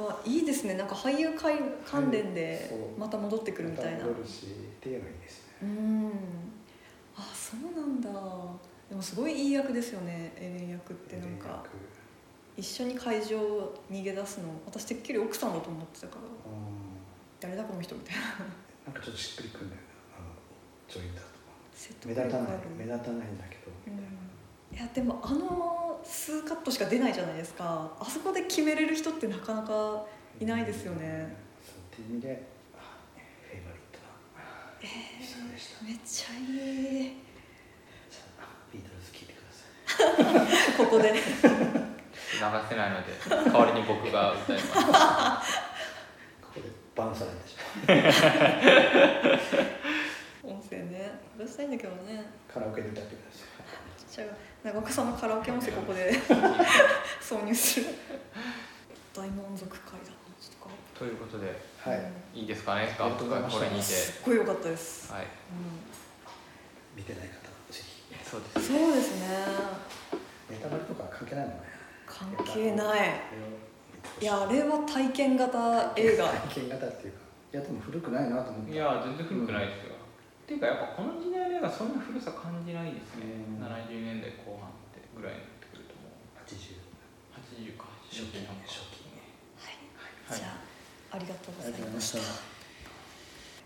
[SPEAKER 2] みたい
[SPEAKER 1] え
[SPEAKER 2] な
[SPEAKER 1] わいいですねなんか俳優会関連で
[SPEAKER 2] そう
[SPEAKER 1] また戻ってくるみたいな
[SPEAKER 2] ま戻るしっていうのがいいですね
[SPEAKER 1] うんあそうなんだでもすごいいい役ですよねエレン役ってなんか一緒に会場を逃げ出すの私てっきり奥さんだと思ってたから
[SPEAKER 2] うん
[SPEAKER 1] 誰だこの人みたいな
[SPEAKER 2] なんかちょっとしっくりくんだよなあの女優だと
[SPEAKER 1] 説
[SPEAKER 2] 目
[SPEAKER 1] 得
[SPEAKER 2] 立
[SPEAKER 1] 力
[SPEAKER 2] た
[SPEAKER 1] あ
[SPEAKER 2] ない
[SPEAKER 1] る
[SPEAKER 2] 目立たないんだけどみたいな、
[SPEAKER 1] いやでもあの数カットしか出ないじゃないですかあそこで決めれる人ってなかなかいないですよね
[SPEAKER 2] そうっていう意味であフェイバリットな人でした
[SPEAKER 1] めっちゃい い
[SPEAKER 2] じゃあビートルズ聴いてください
[SPEAKER 1] ここで
[SPEAKER 3] 流せないので代わりに僕が歌います
[SPEAKER 2] ここでバンされてしま
[SPEAKER 1] 音声ね出したいんだけどね
[SPEAKER 2] うカラオケで歌ってください
[SPEAKER 1] じゃあ長岡さんのカラオケ音声ここで 挿入する 大満足会だなちょっ
[SPEAKER 3] ということで
[SPEAKER 1] とか
[SPEAKER 2] はい、
[SPEAKER 1] うん
[SPEAKER 3] いいですかね
[SPEAKER 2] ありがとうございました
[SPEAKER 3] これにて
[SPEAKER 1] すっごい良かったです、
[SPEAKER 3] はい
[SPEAKER 2] 見てない方ぜひ
[SPEAKER 3] そう
[SPEAKER 1] う
[SPEAKER 3] で
[SPEAKER 1] ん、
[SPEAKER 3] す
[SPEAKER 1] そうですね
[SPEAKER 2] ネタバレとかは関係ないもんね
[SPEAKER 1] 関係ない
[SPEAKER 2] あれを見てほし
[SPEAKER 1] いやあれは体験型映画
[SPEAKER 2] 体験型っていうかいやでも古くないなと思って
[SPEAKER 3] いや全然古くないですよ、っていうかやっぱこの時代の映画そんな古さ感じないですね、
[SPEAKER 2] うん
[SPEAKER 3] 70年代後半ってぐらいになってくるともう
[SPEAKER 2] 80
[SPEAKER 3] 80か
[SPEAKER 2] 初
[SPEAKER 3] 80
[SPEAKER 2] 期
[SPEAKER 3] なんか
[SPEAKER 2] 初期
[SPEAKER 1] はい
[SPEAKER 3] はい
[SPEAKER 1] じゃあありがとうご
[SPEAKER 2] あり
[SPEAKER 1] ざい
[SPEAKER 2] がとう
[SPEAKER 1] ま
[SPEAKER 2] ございま
[SPEAKER 1] し
[SPEAKER 2] したた